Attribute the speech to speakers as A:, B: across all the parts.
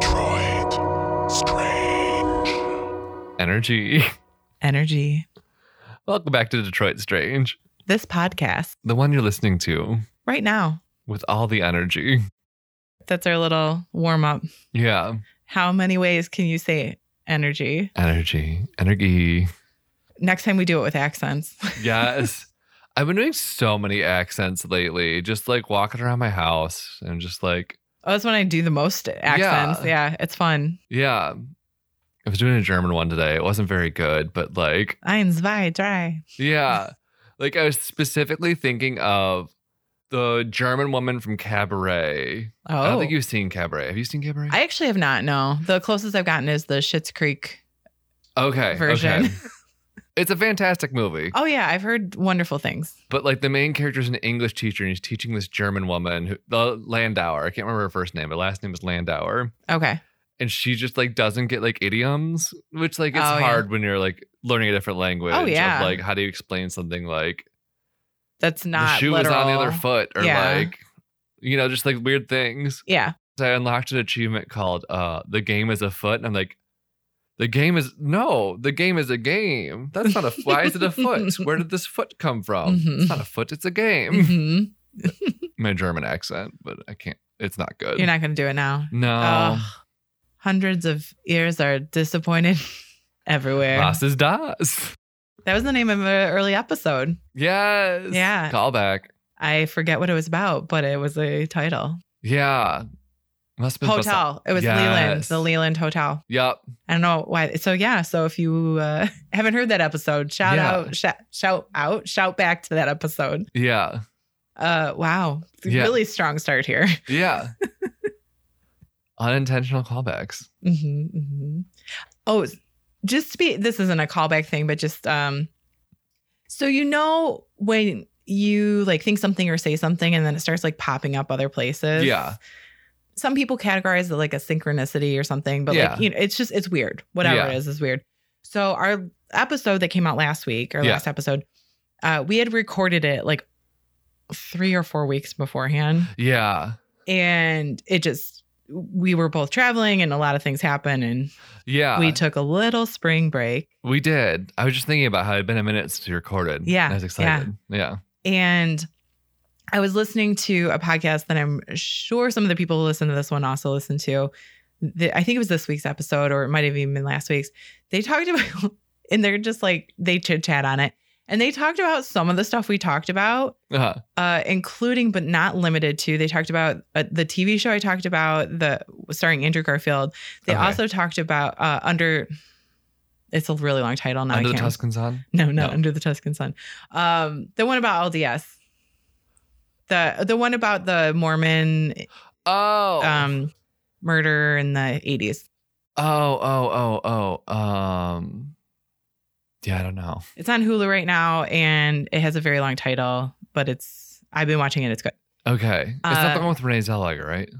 A: Detroit. Strange.
B: Energy.
C: Energy.
B: Welcome back to Detroit Strange,
C: This podcast
B: the one you're listening to
C: right now.
B: with all the energy.
C: That's our little warm up.
B: Yeah.
C: How many ways can you say energy?
B: Energy. Energy.
C: Next time we do it with accents.
B: Yes. I've been doing so many accents lately, just like walking around my house and just like,
C: oh, that's when I do the most accents. Yeah, it's fun.
B: yeah. I was doing a German one today. It wasn't very good, but like,
C: Eins, zwei, drei.
B: Yeah. Like I was specifically thinking of the German woman from Cabaret.
C: Oh,
B: I
C: I,
B: don't think you've seen Cabaret. Have you seen Cabaret?
C: actually have not. No, the closest I've gotten is the Schitt's Creek
B: okay.
C: version.
B: Okay. It's a fantastic movie.
C: oh yeah, I've heard wonderful things.
B: But like the main character is an English teacher and he's teaching this German woman who the Landauer. I can't remember her first name, but last name is Landauer.
C: Okay,
B: And she just like doesn't get like idioms, which like it's
C: Oh, yeah.
B: hard when you're like learning a different language.
C: Oh, yeah.
B: Of, like how do you explain something like
C: that's
B: the
C: not
B: shoe
C: literal.
B: is on the other foot or
C: Yeah.
B: like you know, just like weird things.
C: Yeah.
B: I unlocked an achievement called uh the game is a foot and I'm like the game is no, the game is a game. That's not a why is it a foot? Where did this foot come from?
C: Mhm.
B: It's not a foot, it's a game.
C: hmm
B: My German accent, but I can't it's not good.
C: You're not going to do it now.
B: no.
C: Ugh. hundreds of ears are disappointed everywhere.
B: Was ist das?
C: That was the name of an early episode.
B: Yes.
C: Yeah.
B: Callback.
C: I forget what it was about, but it was a title.
B: Yeah. Must have been
C: Hotel. It was Leland,
B: Yes.
C: the Leland Hotel.
B: Yep.
C: I don't know why. So yeah, so if you uh, haven't heard that episode, shout
B: Yeah.
C: out, sh- shout out, shout back to that episode.
B: Yeah.
C: Uh, wow, It's a
B: Yeah.
C: really strong start here.
B: Yeah. Unintentional callbacks.
C: hmm hmm Oh, s- just to be this isn't a callback thing, but just um, so you know when you like think something or say something, and then it starts like popping up other places.
B: Yeah.
C: Some people categorize it like a synchronicity or something, but
B: Yeah.
C: like you know, it's just it's weird. Whatever
B: Yeah.
C: it is, is weird. So our episode that came out last week or
B: Yeah.
C: last episode, uh, we had recorded it like three or four weeks beforehand
B: Yeah.
C: and it just we were both traveling and a lot of things happened and
B: Yeah.
C: we took a little spring break
B: We did. I was just thinking about how it'd been a minute since we recorded.
C: Yeah,
B: And I was excited. Yeah.
C: and i was listening to a podcast that i'm sure some of the people who listen to this one also listen to The- i think it was this week's episode or it might have even been last week's they talked about and they're just like they chit chat on it and they talked about some of the stuff we talked about
B: Uh-huh.
C: uh, including but not limited to. They talked about uh, the TV show I talked about, the starring Andrew Garfield. They
B: Okay.
C: also talked about uh, under. It's a really long title now.
B: Under
C: I
B: the
C: can't.
B: Tuscan Sun.
C: no, no,
B: No.
C: under the Tuscan sun. Um, the one about LDS. The the one about the Mormon
B: Oh.
C: um, murder in the eighties.
B: oh. Oh. Oh. Oh. Um. Yeah, I don't know.
C: It's on Hulu right now, and it has a very long title, but it's I've been watching it. It's good.
B: Okay. It's not
C: Uh,
B: the one with Renee Zellweger, right?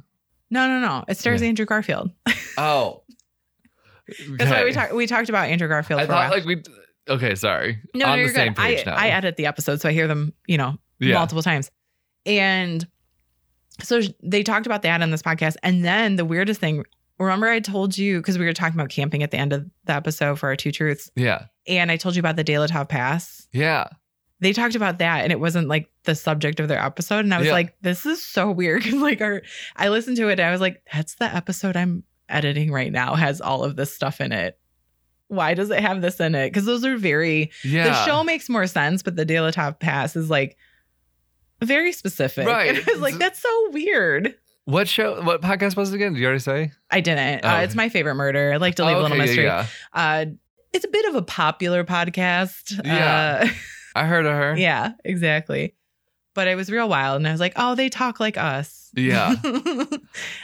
C: No, no, no. It stars
B: Yeah.
C: Andrew Garfield.
B: Oh.
C: That's why we
B: Okay.
C: talked. We talked about Andrew Garfield.
B: I
C: for a while.
B: thought like we. Okay, sorry.
C: No,
B: On
C: no,
B: the
C: you're
B: same
C: good. I,
B: page now.
C: I edit the episode, so I hear them, you know,
B: yeah.
C: multiple times. And so sh- they talked about that on this podcast. And then the weirdest thing, remember I told you, because we were talking about camping at the end of the episode for our two truths,
B: Yeah.
C: and I told you about the De La Tov Pass.
B: Yeah.
C: They talked about that, and it wasn't like the subject of their episode. And I was
B: Yeah.
C: like, this is so weird. 'Cause, like, our, I listened to it, and I was like, that's the episode I'm editing right now, has all of this stuff in it. Why does it have this in it? Because those are very
B: Yeah.
C: the show makes more sense, but the dilettante pass is like very specific.
B: Right.
C: And I was like, that's so weird.
B: What show? What podcast was it again? Did you already say?
C: I didn't.
B: Oh.
C: Uh, it's my favorite murder. I like to leave
B: Oh,
C: a little
B: okay, yeah,
C: mystery.
B: Yeah.
C: Uh, it's a bit of a popular podcast.
B: Yeah. I heard of her.
C: Uh, yeah, exactly. But it was real wild. And I was like, oh, they talk like us.
B: Yeah.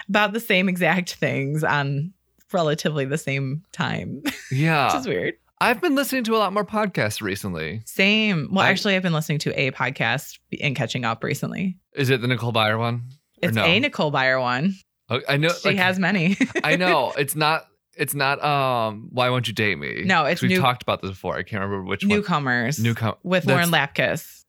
C: About the same exact things on relatively the same time, which
B: Yeah.
C: is weird.
B: I've been listening to a lot more podcasts recently.
C: Same. Well,
B: I-
C: actually, I've been listening to a podcast and catching up recently.
B: Is it the Nicole Byer one? Or
C: It's
B: no?
C: a Nicole Byer one.
B: Oh, I know.
C: she
B: like,
C: has many.
B: I know. It's not. it's not um why won't you date me?
C: No, it's
B: we
C: new-
B: talked about this before. I can't remember which one.
C: Newcomers
B: New com-
C: with
B: that's-
C: Lauren Lapkus.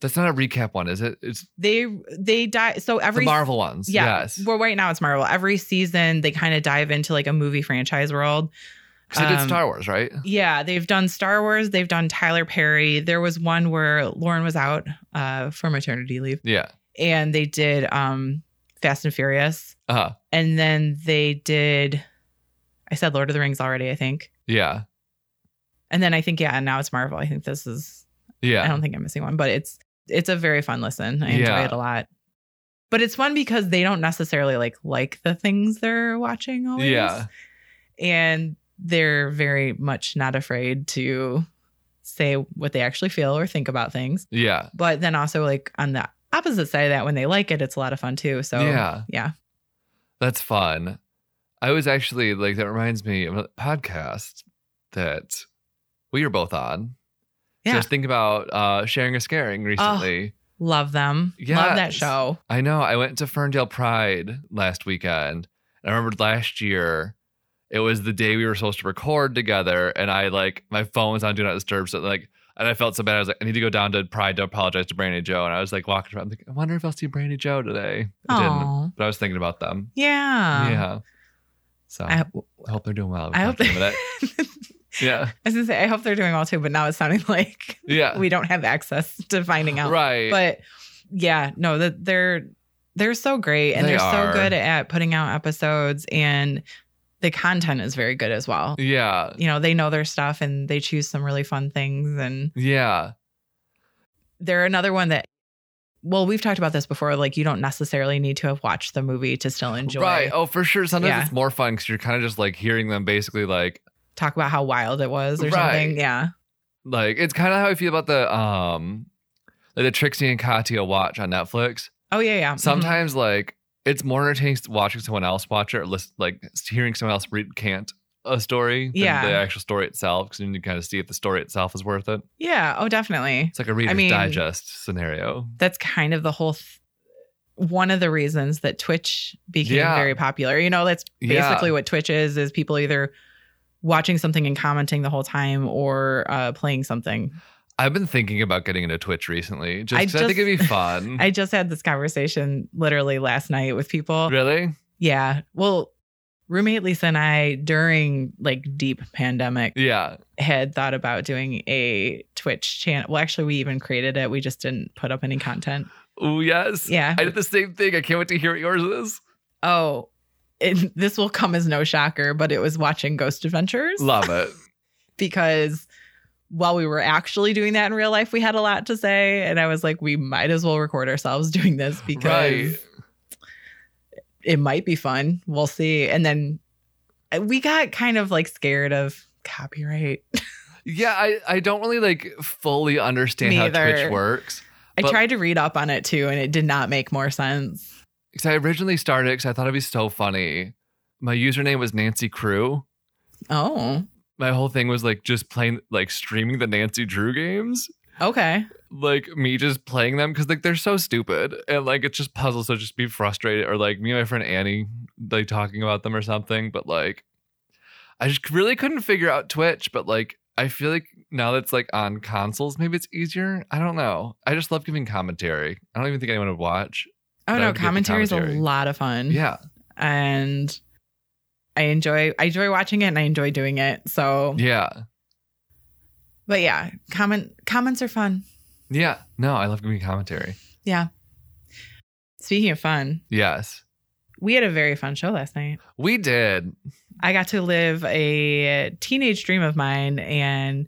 B: That's not a recap one, is it? It's
C: They they die. So every
B: the Marvel ones.
C: yeah,
B: yes.
C: Well, right now it's Marvel. Every season they kind of dive into like a movie franchise world.
B: 'Cause they did
C: um,
B: Star Wars, right?
C: Yeah, they've done Star Wars. They've done Tyler Perry. There was one where Lauren was out uh, for maternity leave,
B: Yeah.
C: and they did um, Fast and Furious,
B: Uh-huh.
C: and then they did. I said Lord of the Rings already, I think,
B: Yeah.
C: and then I think yeah, and now it's Marvel. I think this is. I
B: Yeah.
C: don't think I'm missing one, but it's it's a very fun listen. I enjoy
B: Yeah.
C: it a lot. But it's fun because they don't necessarily like like the things they're watching always.
B: Yeah.
C: and they're very much not afraid to say what they actually feel or think about things.
B: Yeah.
C: But then also like on the opposite side of that, when they like it, it's a lot of fun too. So
B: Yeah.
C: yeah.
B: That's fun. I was actually like that reminds me of a podcast that we are both on.
C: Yeah.
B: Just think about uh sharing or scaring recently.
C: love them. Love that
B: Yes.
C: show.
B: I know. I went to Ferndale Pride last weekend. I remember last year, it was the day we were supposed to record together, and I like my phone was on Do Not Disturb, so like, and I felt so bad. I was like, I need to go down to Pride to apologize to Brandy Joe, and I was like walking around, thinking, I wonder if I'll see Brandy Joe today. I didn't,
C: Oh
B: but I was thinking about them.
C: yeah.
B: yeah. So
C: Um, I,
B: I, hope they're doing well. We
C: I hope
B: talked
C: they,
B: about
C: I
B: that. Yeah,
C: was gonna say I hope they're doing well too, but now it's sounding like
B: yeah,
C: we don't have access to finding out.
B: right.
C: But yeah, no, that they're they're so great and
B: They
C: they are
B: are.
C: so good at putting out episodes and the content is very good as well.
B: yeah,
C: you know they know their stuff and they choose some really fun things and
B: yeah.
C: they're another one that well we've talked about this before like you don't necessarily need to have watched the movie to still enjoy
B: Right. Oh, for sure. Sometimes
C: Yeah.
B: it's more fun because you're kind of just like hearing them basically like
C: talk about how wild it was or
B: Right.
C: something yeah
B: like it's kind of how I feel about the um like the Trixie and Katya watch on Netflix.
C: oh yeah yeah Mhm.
B: Sometimes like it's more entertaining watching someone else watch it or listen, like hearing someone else recant a story than
C: Yeah.
B: the actual story itself because then you kind of see if the story itself is worth it.
C: yeah oh definitely
B: It's like a Reader's
C: mean-
B: Digest scenario.
C: that's kind of the whole th- one of the reasons that twitch became
B: Yeah.
C: very popular you know that's
B: Yeah.
C: basically what twitch is is people either watching something and commenting the whole time or uh, playing something
B: I've been thinking about getting into Twitch recently just
C: I
B: 'cause I, think
C: just-
B: it'd be fun.
C: i just had this conversation literally last night with people
B: really?
C: Yeah. Well, roommate Lisa and I during like deep pandemic
B: Yeah.
C: had thought about doing a Twitch channel. Well, actually, we even created it. We just didn't put up any content.
B: Oh, yes.
C: Yeah.
B: I did the same thing. I can't wait to hear what yours is.
C: Oh, it, this will come as no shocker, but it was watching Ghost Adventures
B: Love it.
C: because while we were actually doing that in real life, we had a lot to say. And I was like, we might as well record ourselves doing this because
B: right.
C: it might be fun. We'll see. And then uh, we got kind of like scared of copyright
B: Yeah, I, I don't really like fully understand
C: Me
B: how Twitch
C: either.
B: works.
C: I
B: But-
C: tried to read up on it too, and it did not make more sense.
B: Because I originally started because I thought it'd be so funny. My username was Nancy Crew.
C: Oh,
B: My whole thing was like just playing, like streaming the Nancy Drew games,
C: okay.
B: like me just playing them because like they're so stupid and like it's just puzzles. So just be frustrated or like me and my friend Annie like talking about them or something. But like, I just really couldn't figure out Twitch. But like, I feel like now that it's like on consoles, maybe it's easier. I don't know. I just love giving commentary. I don't even think anyone would watch.
C: Oh
B: That
C: no,
B: would be a good
C: commentary is a
B: commentary.
C: lot of fun.
B: Yeah.
C: and I enjoy I enjoy watching it, and I enjoy doing it. So,
B: Yeah.
C: but yeah, comment comments are fun.
B: Yeah. No, I love giving commentary.
C: Yeah. Speaking of fun,
B: Yes.
C: we had a very fun show last night.
B: We did.
C: I got to live a teenage dream of mine and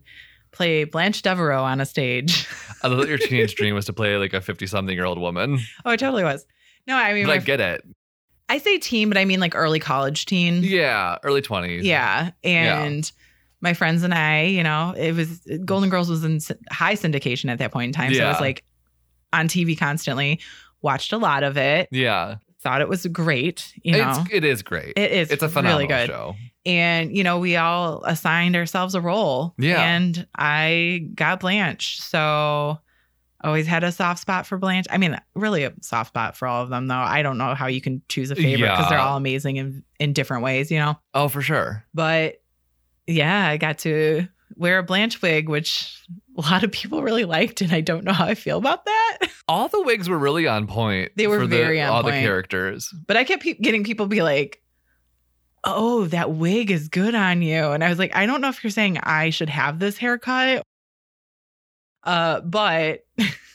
C: play Blanche Devereaux on a stage.
B: I love that your teenage dream was to play like a 50 something year old woman.
C: oh, it totally was. No, I mean,
B: But I
C: my- Mm-hmm.
B: get it.
C: I say teen, but I mean like early college teen.
B: Yeah. Early 20s.
C: Yeah. And my friends and I, you know, it was Golden Girls was in s- high syndication at that point in time. So it
B: Yeah.
C: was like on TV constantly, watched a lot of it,
B: Yeah.
C: thought it was great, you know.
B: It's, it is great.
C: it is.
B: it's a phenomenal
C: really good.
B: show.
C: And, you know, we all assigned ourselves a role.
B: Yeah.
C: And I got Blanche. So always had a soft spot for Blanche. I mean, really a soft spot for all of them, though. I don't know how you can choose a favorite because they're
B: Yeah.
C: all amazing in, in different ways, you know?
B: Oh, for sure.
C: But yeah, I got to wear a Blanche wig, which a lot of people really liked. And I don't know how I feel about that.
B: All the wigs were really on point.
C: They were
B: for the-
C: very on
B: all the
C: point.
B: characters.
C: But I kept pe- getting people be like, "Oh, that wig is good on you," and I was like, "I don't know if you're saying I should have this haircut, uh, but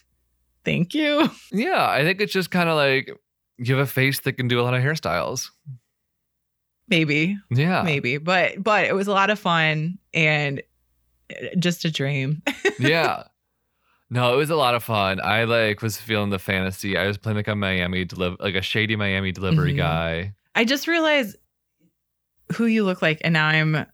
C: thank you."
B: Yeah, I think it's just kind of like you have a face that can do a lot of hairstyles.
C: Maybe,
B: Yeah,
C: maybe, but but it was a lot of fun and uh, just a dream.
B: yeah. No, it was a lot of fun. I like was feeling the fantasy. I was playing like a Miami deliver, like a shady Miami delivery
C: Mhm.
B: guy.
C: I just realized who you look like, and now I'm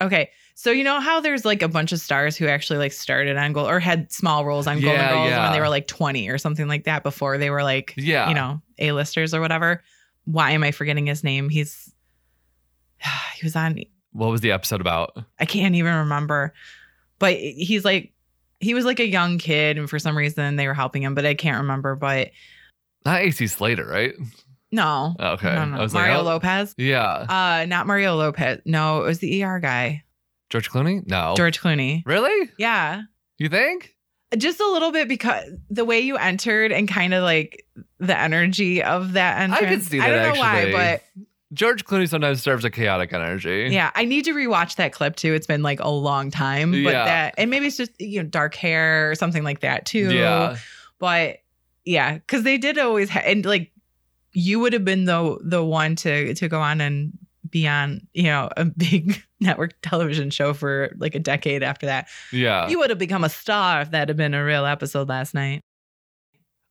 C: okay. So you know how there's like a bunch of stars who actually like started on gold or had small roles on Golden
B: Yeah,
C: Girls
B: yeah.
C: when they were like 20 or something like that before they were like
B: Yeah,
C: you know A listers or whatever. Why am I forgetting his name? He's he was on.
B: What was the episode about?
C: I can't even remember, but he's like he was like a young kid, and for some reason they were helping him, but I can't remember. But
B: Not AC Slater, right?
C: no,
B: Okay,
C: no, no.
B: I was like,
C: Mario
B: oh,
C: Lopez.
B: Yeah,
C: Uh, not Mario Lopez. No, it was the ER guy,
B: George Clooney. No,
C: George Clooney.
B: Really?
C: Yeah,
B: You think?
C: just a little bit because the way you entered and kind of like the energy of that
B: I
C: entrance.
B: could see
C: I
B: that,
C: don't know
B: actually.
C: why,
B: George Clooney sometimes serves a chaotic
C: but
B: energy.
C: yeah, I need to rewatch that clip too. It's been like a long time, but
B: Yeah.
C: that and maybe it's just you know dark hair or something like that too.
B: Yeah.
C: but yeah, because they did always ha- and like you would have been the the one to to go on and be on you know a big network television show for like a decade after that.
B: Yeah.
C: You would have become a star if that had been a real episode last night.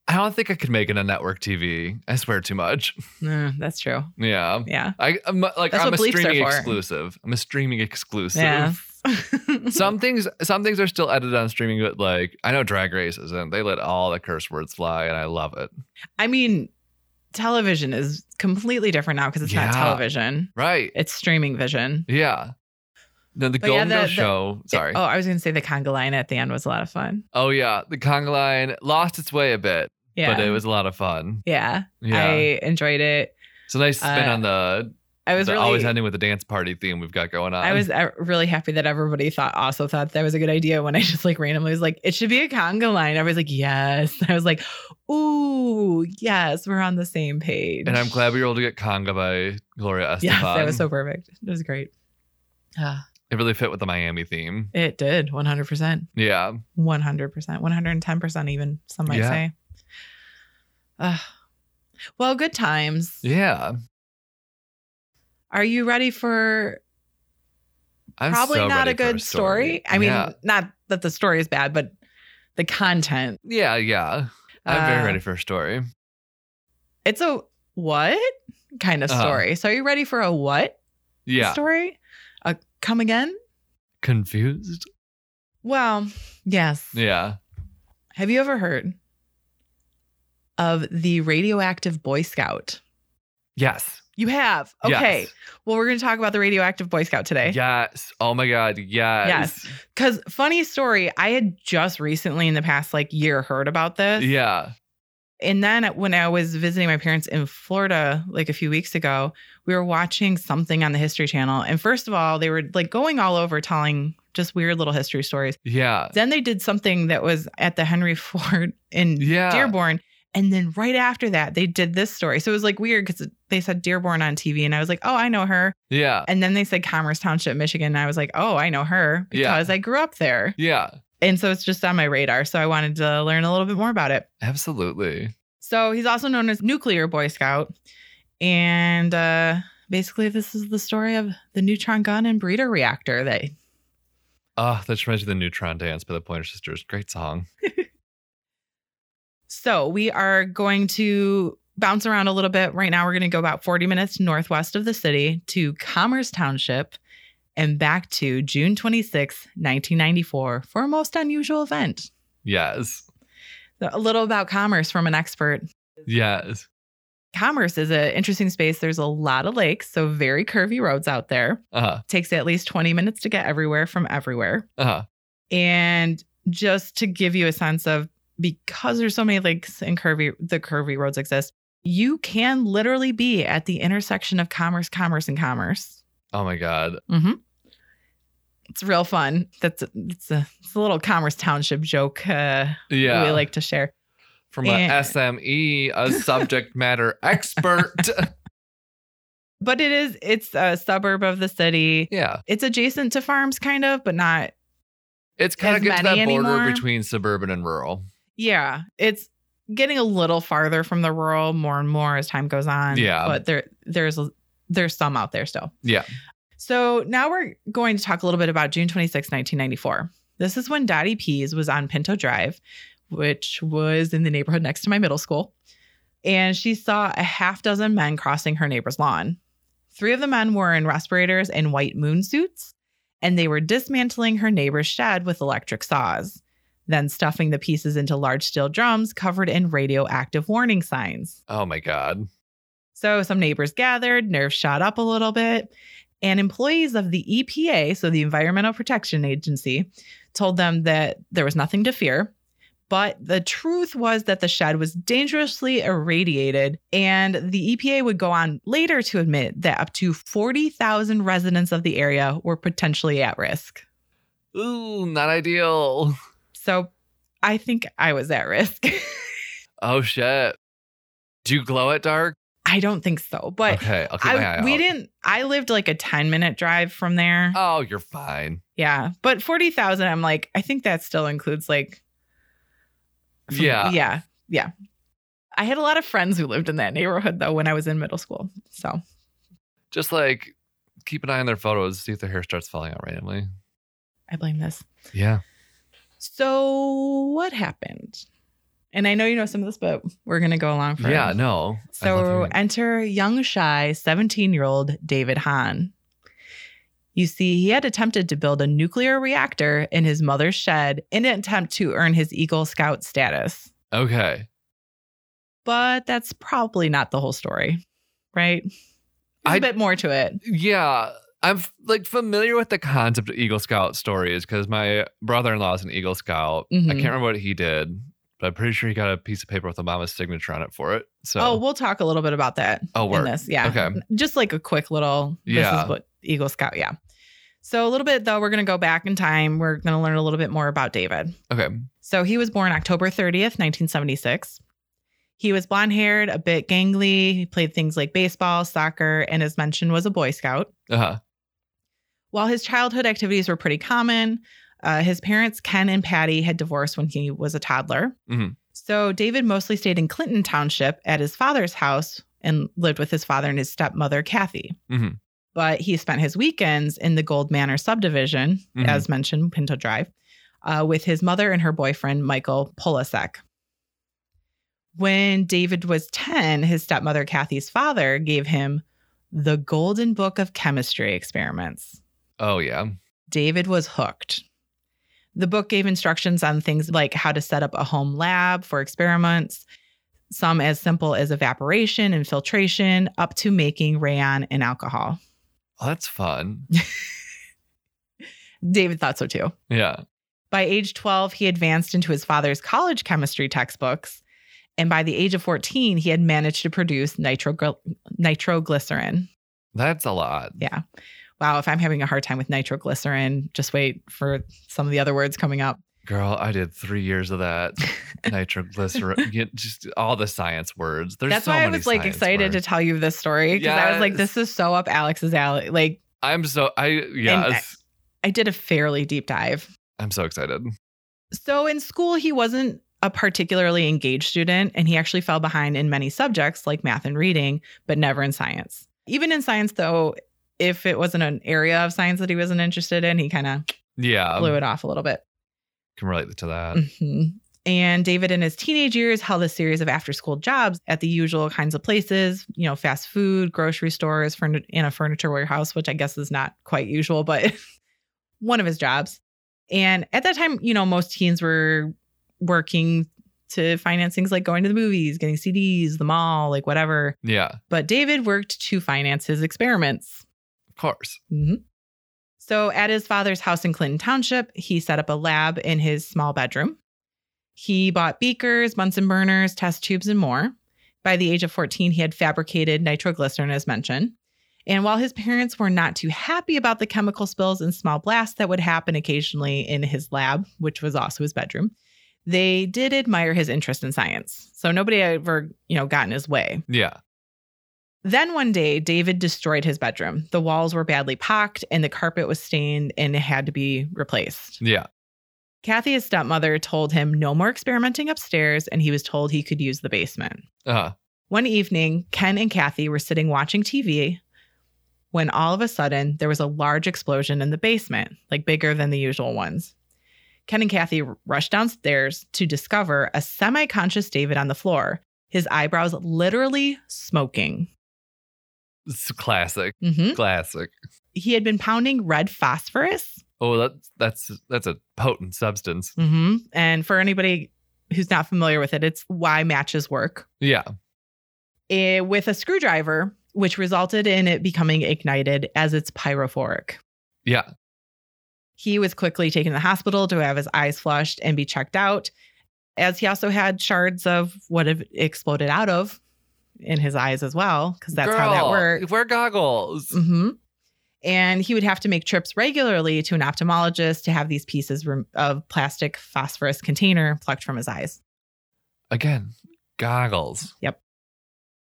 B: I don't think I could make it on network TV. I swear too much.
C: Mm, that's true.
B: Yeah.
C: Yeah.
B: I I'm, like
C: That's
B: I'm a
C: what bleeps are
B: streaming
C: for.
B: exclusive. I'm a streaming exclusive.
C: Yeah.
B: some things some things are still edited on streaming, but like I know Drag Race isn't. They let all the curse words fly, and I love it.
C: I mean, television is completely different now because it's
B: Yeah.
C: not television.
B: Right?
C: It's streaming vision.
B: Yeah. No, the
C: But Oh, yeah,
B: Golden
C: the-
B: Girls
C: the-
B: show. Sorry.
C: Oh, I was going to say the conga line at the end was a lot of fun.
B: oh yeah, the conga line lost its way a bit,
C: Yeah.
B: but it was a lot of fun.
C: yeah.
B: Yeah.
C: I enjoyed it.
B: it's a nice spin
C: uh,
B: on the
C: I was
B: the
C: really
B: always ending with the dance party theme we've got going on.
C: I was uh, really happy that everybody thought also thought that was a good idea when I just like randomly was like, it should be a conga line. I was like, yes. I was like, ooh, yes, we're on the same page.
B: and I'm glad we were able to get Conga by Gloria Estefan.
C: Yes, that was so perfect. It was great. Uh,
B: it really fit with the Miami theme.
C: it did 100%.
B: Yeah.
C: 100%. 110%, even some might
B: Yeah.
C: say. Uh, well, good times.
B: Yeah.
C: Are you ready for
B: I'm
C: probably
B: so
C: not
B: ready
C: a
B: for
C: good story? I mean,
B: yeah.
C: not that the story is bad, but the content.
B: Yeah, yeah. I'm
C: Uh,
B: very ready for a story.
C: It's a what kind of
B: Uh-huh.
C: story. So, are you ready for a what
B: Yeah.
C: story? A come again?
B: Confused?
C: Well, yes.
B: Yeah.
C: Have you ever heard of the radioactive Boy Scout?
B: Yes.
C: You have. Okay.
B: Yes.
C: Well, we're going to talk about the radioactive Boy Scout today.
B: Yes. Oh my God. Yes.
C: Because, funny story, I had just recently in the past like year heard about this.
B: Yeah.
C: And then when I was visiting my parents in Florida like a few weeks ago, we were watching something on the History Channel. And first of all, they were like going all over telling just weird little history stories.
B: Yeah.
C: Then they did something that was at the Henry Ford in
B: Yeah.
C: Dearborn. And then right after that, they did this story. So it was like weird because they said Dearborn on TV. And I was like, oh, I know her.
B: Yeah.
C: And then they said Commerce Township, Michigan. And I was like, oh, I know her
B: Yeah.
C: because I grew up there.
B: Yeah.
C: And so it's just on my radar. So I wanted to learn a little bit more about it.
B: Absolutely.
C: So he's also known as Nuclear Boy Scout. And uh, basically, this is the story of the neutron gun and breeder reactor that
B: Oh, that reminds me of the Neutron Dance by the Pointer Sisters. Great song.
C: So we are going to bounce around a little bit. Right now, we're going to go about 40 minutes northwest of the city to Commerce Township and back to June 26, 1994, for a most unusual event.
B: Yes.
C: So A little about commerce from an expert.
B: Yes.
C: Commerce is an interesting space. There's a lot of lakes, so very curvy roads out there.
B: Uh huh. Uh-huh.
C: takes at least 20 minutes to get everywhere from everywhere.
B: Uh huh.
C: And just to give you a sense of because there's so many lakes and curvy the curvy roads exist, you can literally be at the intersection of commerce, commerce, and commerce.
B: Oh my god.
C: Mm-hmm. It's real fun. That's it's a, it's a little commerce township joke uh,
B: Yeah.
C: we like eh. to share.
B: From a
C: Yeah.
B: SME, a subject matter expert.
C: But it is it's a suburb of the city.
B: yeah.
C: It's adjacent to farms, kind of, but not.
B: It's kind
C: As
B: of gets to that
C: many
B: border
C: anymore?
B: between suburban and rural.
C: Yeah, it's getting a little farther from the rural more and more as time goes on.
B: Yeah.
C: but there there's there's some out there still.
B: Yeah.
C: So now we're going to talk a little bit about June 26, 1994. This is when Dottie Pease was on Pinto Drive, which was in the neighborhood next to my middle school. And she saw a half dozen men crossing her neighbor's lawn. Three of the men were in respirators and white moon suits, and they were dismantling her neighbor's shed with electric saws, then stuffing the pieces into large steel drums covered in radioactive warning signs.
B: Oh my god.
C: So some neighbors gathered, nerves shot up a little bit, and employees of the EPA, so the Environmental Protection Agency, told them that there was nothing to fear. But the truth was that the shed was dangerously irradiated, and the EPA would go on later to admit that up to 40,000 residents of the area were potentially at risk.
B: Ooh, not ideal.
C: So I think I was at risk.
B: Oh shit. Do you glow at dark?
C: I don't think so, but
B: okay, I'll keep my eye
C: I,
B: out.
C: we didn't. I lived like a 10 minute drive from there.
B: Oh, you're fine.
C: Yeah, but forty thousand. I'm like, I think that still includes like, some-
B: Yeah.
C: yeah, yeah. I had a lot of friends who lived in that neighborhood though when I was in middle school. So
B: Just like keep an eye on their photos, see if their hair starts falling out randomly.
C: I blame this.
B: Yeah.
C: So what happened? And I know you know some of this, but we're gonna go along for it.
B: Yeah, no. I love
C: So
B: hearing-
C: enter young, shy 17 year old David Hahn. You see, he had attempted to build a nuclear reactor in his mother's shed in an attempt to earn his Eagle Scout status.
B: Okay.
C: but that's probably not the whole story, right? There's
B: I-
C: a bit more to it.
B: Yeah. I'm f- like familiar with the concept of Eagle Scout stories because my brother in law is an Eagle Scout.
C: Mhm.
B: I can't remember what he did, but I'm pretty sure he got a piece of paper with Obama's signature on it for it. So,
C: Oh, we'll talk a little bit about that
B: Oh,
C: in
B: word.
C: this. Yeah.
B: Okay.
C: Just like a quick little this
B: Yeah.
C: is what Eagle Scout, yeah. So a little bit though, we're gonna go back in time. We're gonna learn a little bit more about David.
B: okay.
C: So he was born October 30th, 1976. He was blonde haired, a bit gangly. He played things like baseball, soccer, and as mentioned, was a Boy Scout.
B: Uh huh.
C: While his childhood activities were pretty common, uh, his parents, Ken and Patty, had divorced when he was a toddler.
B: Mhm.
C: So David mostly stayed in Clinton Township at his father's house and lived with his father and his stepmother, Kathy.
B: Mhm.
C: But he spent his weekends in the Gold Manor subdivision,
B: Mhm.
C: as mentioned, Pinto Drive, uh, with his mother and her boyfriend, Michael Polasek. When David was 10, his stepmother, Kathy's father, gave him the Golden Book of Chemistry Experiments.
B: Oh, yeah.
C: David was hooked. The book gave instructions on things like how to set up a home lab for experiments, some as simple as evaporation and filtration, up to making rayon and alcohol.
B: Oh, that's fun.
C: David thought so too.
B: Yeah.
C: By age 12, he advanced into his father's college chemistry textbooks. And by the age of 14, he had managed to produce nitrogly- nitroglycerin.
B: That's a lot.
C: Yeah. Wow. If I'm having a hard time with nitroglycerin, just wait for some of the other words coming up.
B: Girl, I did three years of that nitroglycerin, Yeah, just all the science words. There's
C: That's
B: so
C: why I
B: many
C: was like
B: science
C: excited to
B: words.
C: tell you this story because I was like,
B: Yes.
C: this is so up Alex's alley. Like,
B: I'm so I yeah. it's-
C: I did a fairly deep dive.
B: I'm so excited.
C: So in school, he wasn't a particularly engaged student, and he actually fell behind in many subjects like math and reading, but never in science. Even in science, though, if it wasn't an area of science that he wasn't interested in, he kind of
B: Yeah,
C: blew it off a little bit.
B: can relate to that.
C: Mhm. And David, in his teenage years, held a series of after school jobs at the usual kinds of places, you know, fast food, grocery stores, furni- in a furniture warehouse, which I guess is not quite usual, but one of his jobs. And at that time, you know, most teens were working to finance things like going to the movies, getting CDs, the mall, like whatever.
B: Yeah,
C: But David worked to finance his experiments.
B: of course.
C: Mhm. So, at his father's house in Clinton Township, he set up a lab in his small bedroom. He bought beakers, Bunsen burners, test tubes, and more. By the age of 14, he had fabricated nitroglycerin, as mentioned. And while his parents were not too happy about the chemical spills and small blasts that would happen occasionally in his lab, which was also his bedroom, they did admire his interest in science. So nobody ever, you know, got in his way.
B: Yeah.
C: Then one day, David destroyed his bedroom. The walls were badly pocked and the carpet was stained and it had to be replaced.
B: Yeah.
C: Kathy, his stepmother, told him no more experimenting upstairs and he was told he could use the basement.
B: Uh,
C: One evening, Ken and Kathy were sitting watching TV when all of a sudden there was a large explosion in the basement, like bigger than the usual ones. Ken and Kathy rushed downstairs to discover a semi conscious David on the floor, his eyebrows literally smoking.
B: it's classic.
C: hmm
B: Classic.
C: He had been pounding red phosphorus.
B: Oh, that's that's that's a potent substance.
C: hmm And for anybody who's not familiar with it, it's why matches work
B: Yeah.
C: eh, with a screwdriver, which resulted in it becoming ignited as it's pyrophoric.
B: Yeah.
C: He was quickly taken to the hospital to have his eyes flushed and be checked out, as he also had shards of what have exploded out of in his eyes as well, because that's how that
B: Girl,
C: works.
B: Wear goggles.
C: hmm And he would have to make trips regularly to an ophthalmologist to have these pieces rem- of plastic phosphorus container plucked from his eyes.
B: Again, goggles.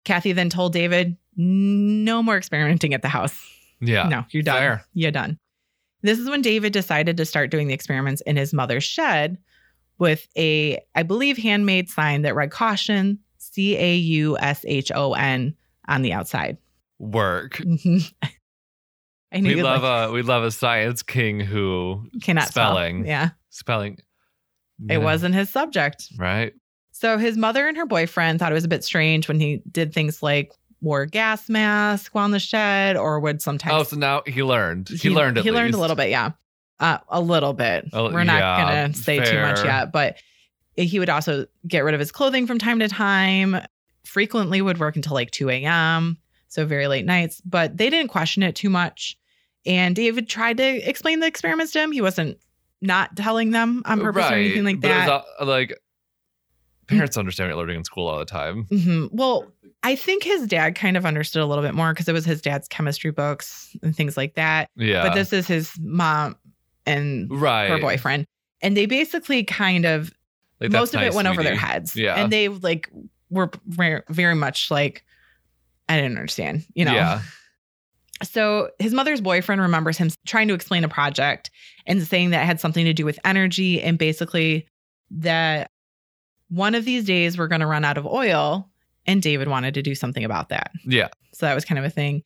C: Kathy then told David, no more experimenting at the house.
B: Yeah.
C: No, you're done.
B: Fair.
C: You're done. This is when David decided to start doing the experiments in his mother's shed with a, I believe, handmade sign that read caution, C A U S H O N on the outside.
B: Work.
C: Mhm. I knew
B: We
C: you
B: love
C: like,
B: a we love a science king who
C: cannot spell.
B: spelling.
C: Yeah.
B: spelling.
C: It wasn't his subject.
B: right.
C: So his mother and her boyfriend thought it was a bit strange when he did things like wore a gas mask while in the shed or would sometimes
B: Oh, so now he learned. He, learned. At
C: He learned a
B: least.
C: little bit, yeah. Uh, a little bit.
B: A li-
C: We're not
B: yeah,
C: gonna say too much
B: fair.
C: yet, but he would also get rid of his clothing from time to time. Frequently would work until like 2 a.m. So very late nights, but they didn't question it too much. And David tried to explain the experiments to him. He wasn't not telling them on purpose or anything like
B: But it was
C: that. Mm-hmm.
B: all- uh, like parents understand what you're learning in school all the time.
C: hmm Well, I think his dad kind of understood a little bit more because it was his dad's chemistry books and things like that.
B: Yeah.
C: But this is his mom and
B: Uh. right.
C: her boyfriend. And they basically kind of
B: Like, that's
C: most of it
B: nice,
C: went over their
B: sweetie.
C: heads.
B: Yeah.
C: And they like were ver- very much like, I didn't understand, you know.
B: Yeah.
C: So his mother's boyfriend remembers him trying to explain a project and saying that it had something to do with energy and basically that one of these days we're going to run out of oil. And David wanted to do something about that.
B: Yeah.
C: So that was kind of a thing.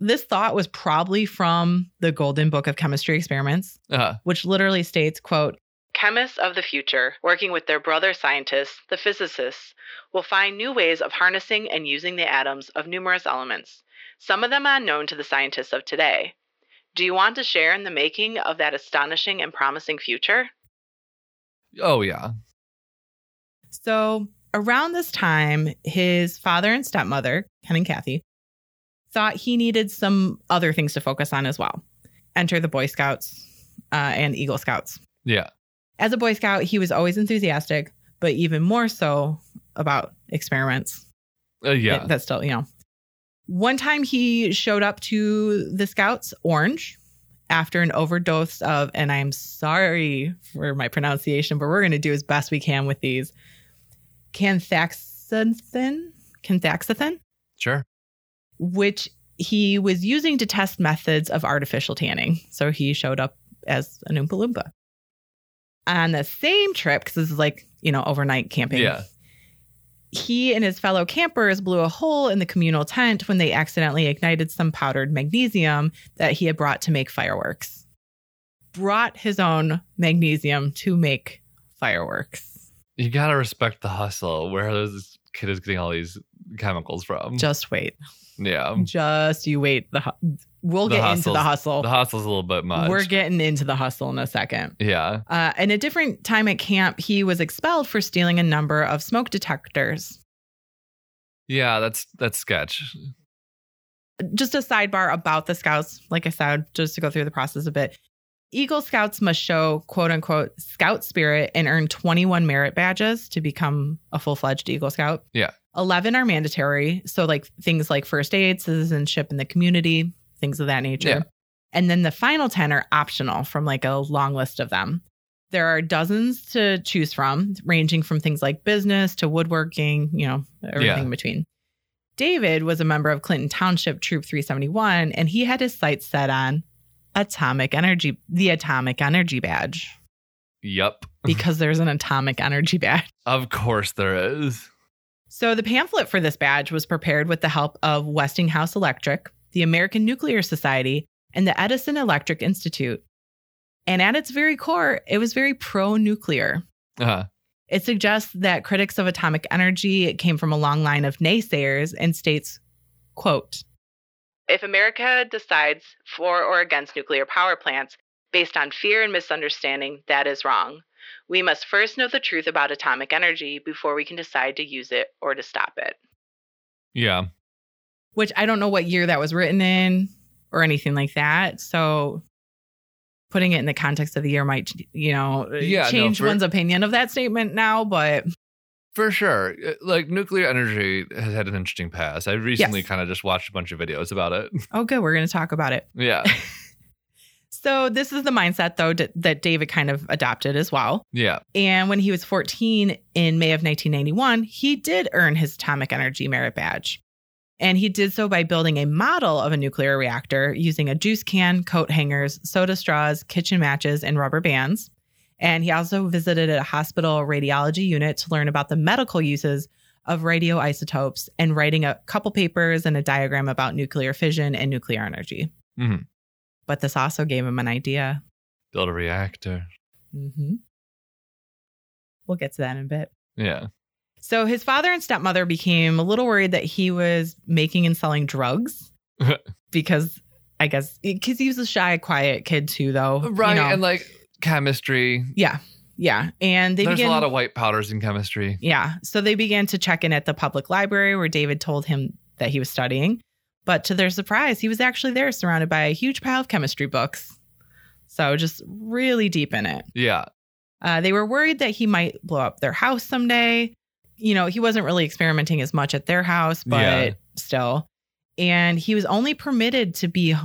C: This thought was probably from the Golden Book of Chemistry Experiments
B: Uh,
C: which literally states, quote, Chemists of the future, working with their brother scientists, the physicists, will find new ways of harnessing and using the atoms of numerous elements, some of them unknown to the scientists of today. Do you want to share in the making of that astonishing and promising future?
B: oh yeah.
C: So, around this time, his father and stepmother, Ken and Kathy, thought he needed some other things to focus on as well. Enter the Boy Scouts uh, and Eagle Scouts.
B: Yeah.
C: As a Boy Scout, he was always enthusiastic, but even more so about experiments.
B: Uh, yeah.
C: It- that's still, you know. One time he showed up to the Scouts Orange after an overdose of, and I'm sorry for my pronunciation, but we're going to do as best we can with these. Canthaxanthin? Canthaxanthin?
B: Sure.
C: Which he was using to test methods of artificial tanning. So he showed up as an Oompa Loompa. On the same trip, because this is like, you know, overnight camping.
B: Yeah.
C: He and his fellow campers blew a hole in the communal tent when they accidentally ignited some powdered magnesium that he had brought to make fireworks. Brought his own magnesium to make fireworks
B: You gotta respect the hustle. Where this kid is getting all these chemicals from?
C: just wait
B: yeah.
C: just you wait the hu- we'll
B: Um, The
C: get into the hustle
B: The hustle's a little bit much.
C: we're getting into the hustle in a second
B: yeah.
C: Uh, in a different time at camp, he was expelled for stealing a number of smoke detectors.
B: Yeah. That's that's sketch.
C: Just a sidebar about the scouts, like I said, just to go through the process a bit. Eagle Scouts must show quote unquote scout spirit and earn 21 merit badges to become a full fledged Eagle Scout.
B: Yeah.
C: 11 are mandatory. So, like things like first aid, citizenship in the community, things of that nature.
B: Yeah.
C: And then the final 10 are optional from like a long list of them. There are dozens to choose from, ranging from things like business to woodworking, you know, everything
B: Yeah.
C: in between. David was a member of Clinton Township Troop 371, and he had his sights set on atomic energy, the atomic energy badge,
B: Yep.
C: because there's an atomic energy badge.
B: Of course there is.
C: So the pamphlet for this badge was prepared with the help of Westinghouse Electric, the American Nuclear Society, and the Edison Electric Institute. And at its very core, it was very pro nuclear.
B: Uh-huh.
C: It suggests that critics of atomic energy came from a long line of naysayers and states, quote, if America decides for or against nuclear power plants based on fear and misunderstanding, that is wrong. We must first know the truth about atomic energy before we can decide to use it or to stop it.
B: Yeah.
C: Which I don't know what year that was written in or anything like that. So putting it in the context of the year might, you know,
B: Yeah, no,
C: change
B: for-
C: one's opinion of that statement now, but
B: For sure. Uh, Like nuclear energy has had an interesting past. I recently
C: Yes.
B: kind of just watched a bunch of videos about it.
C: oh good, we're going to talk about it.
B: yeah.
C: So this is the mindset though d- that David kind of adopted as well.
B: Yeah.
C: And when he was 14 in May of 1991, he did earn his Atomic Energy Merit Badge. And he did so by building a model of a nuclear reactor using a juice can, coat hangers, soda straws, kitchen matches, and rubber bands. And he also visited a hospital radiology unit to learn about the medical uses of radioisotopes and writing a couple papers and a diagram about nuclear fission and nuclear energy.
B: Mhm.
C: But this also gave him an idea.
B: Build a reactor.
C: hmm We'll get to that in a bit.
B: Yeah.
C: So his father and stepmother became a little worried that he was making and selling drugs because I guess because he was a shy, quiet kid too, though. you
B: Right.
C: know.
B: And like chemistry.
C: yeah, yeah. And they
B: There's
C: began.
B: a lot of white powders in chemistry.
C: yeah, so they began to check in at the public library where David told him that he was studying, but to their surprise, he was actually there, surrounded by a huge pile of chemistry books. So just really deep in it.
B: Yeah.
C: Uh, they were worried that he might blow up their house someday. You know, he wasn't really experimenting as much at their house, but
B: Yeah.
C: still. And he was only permitted to be h-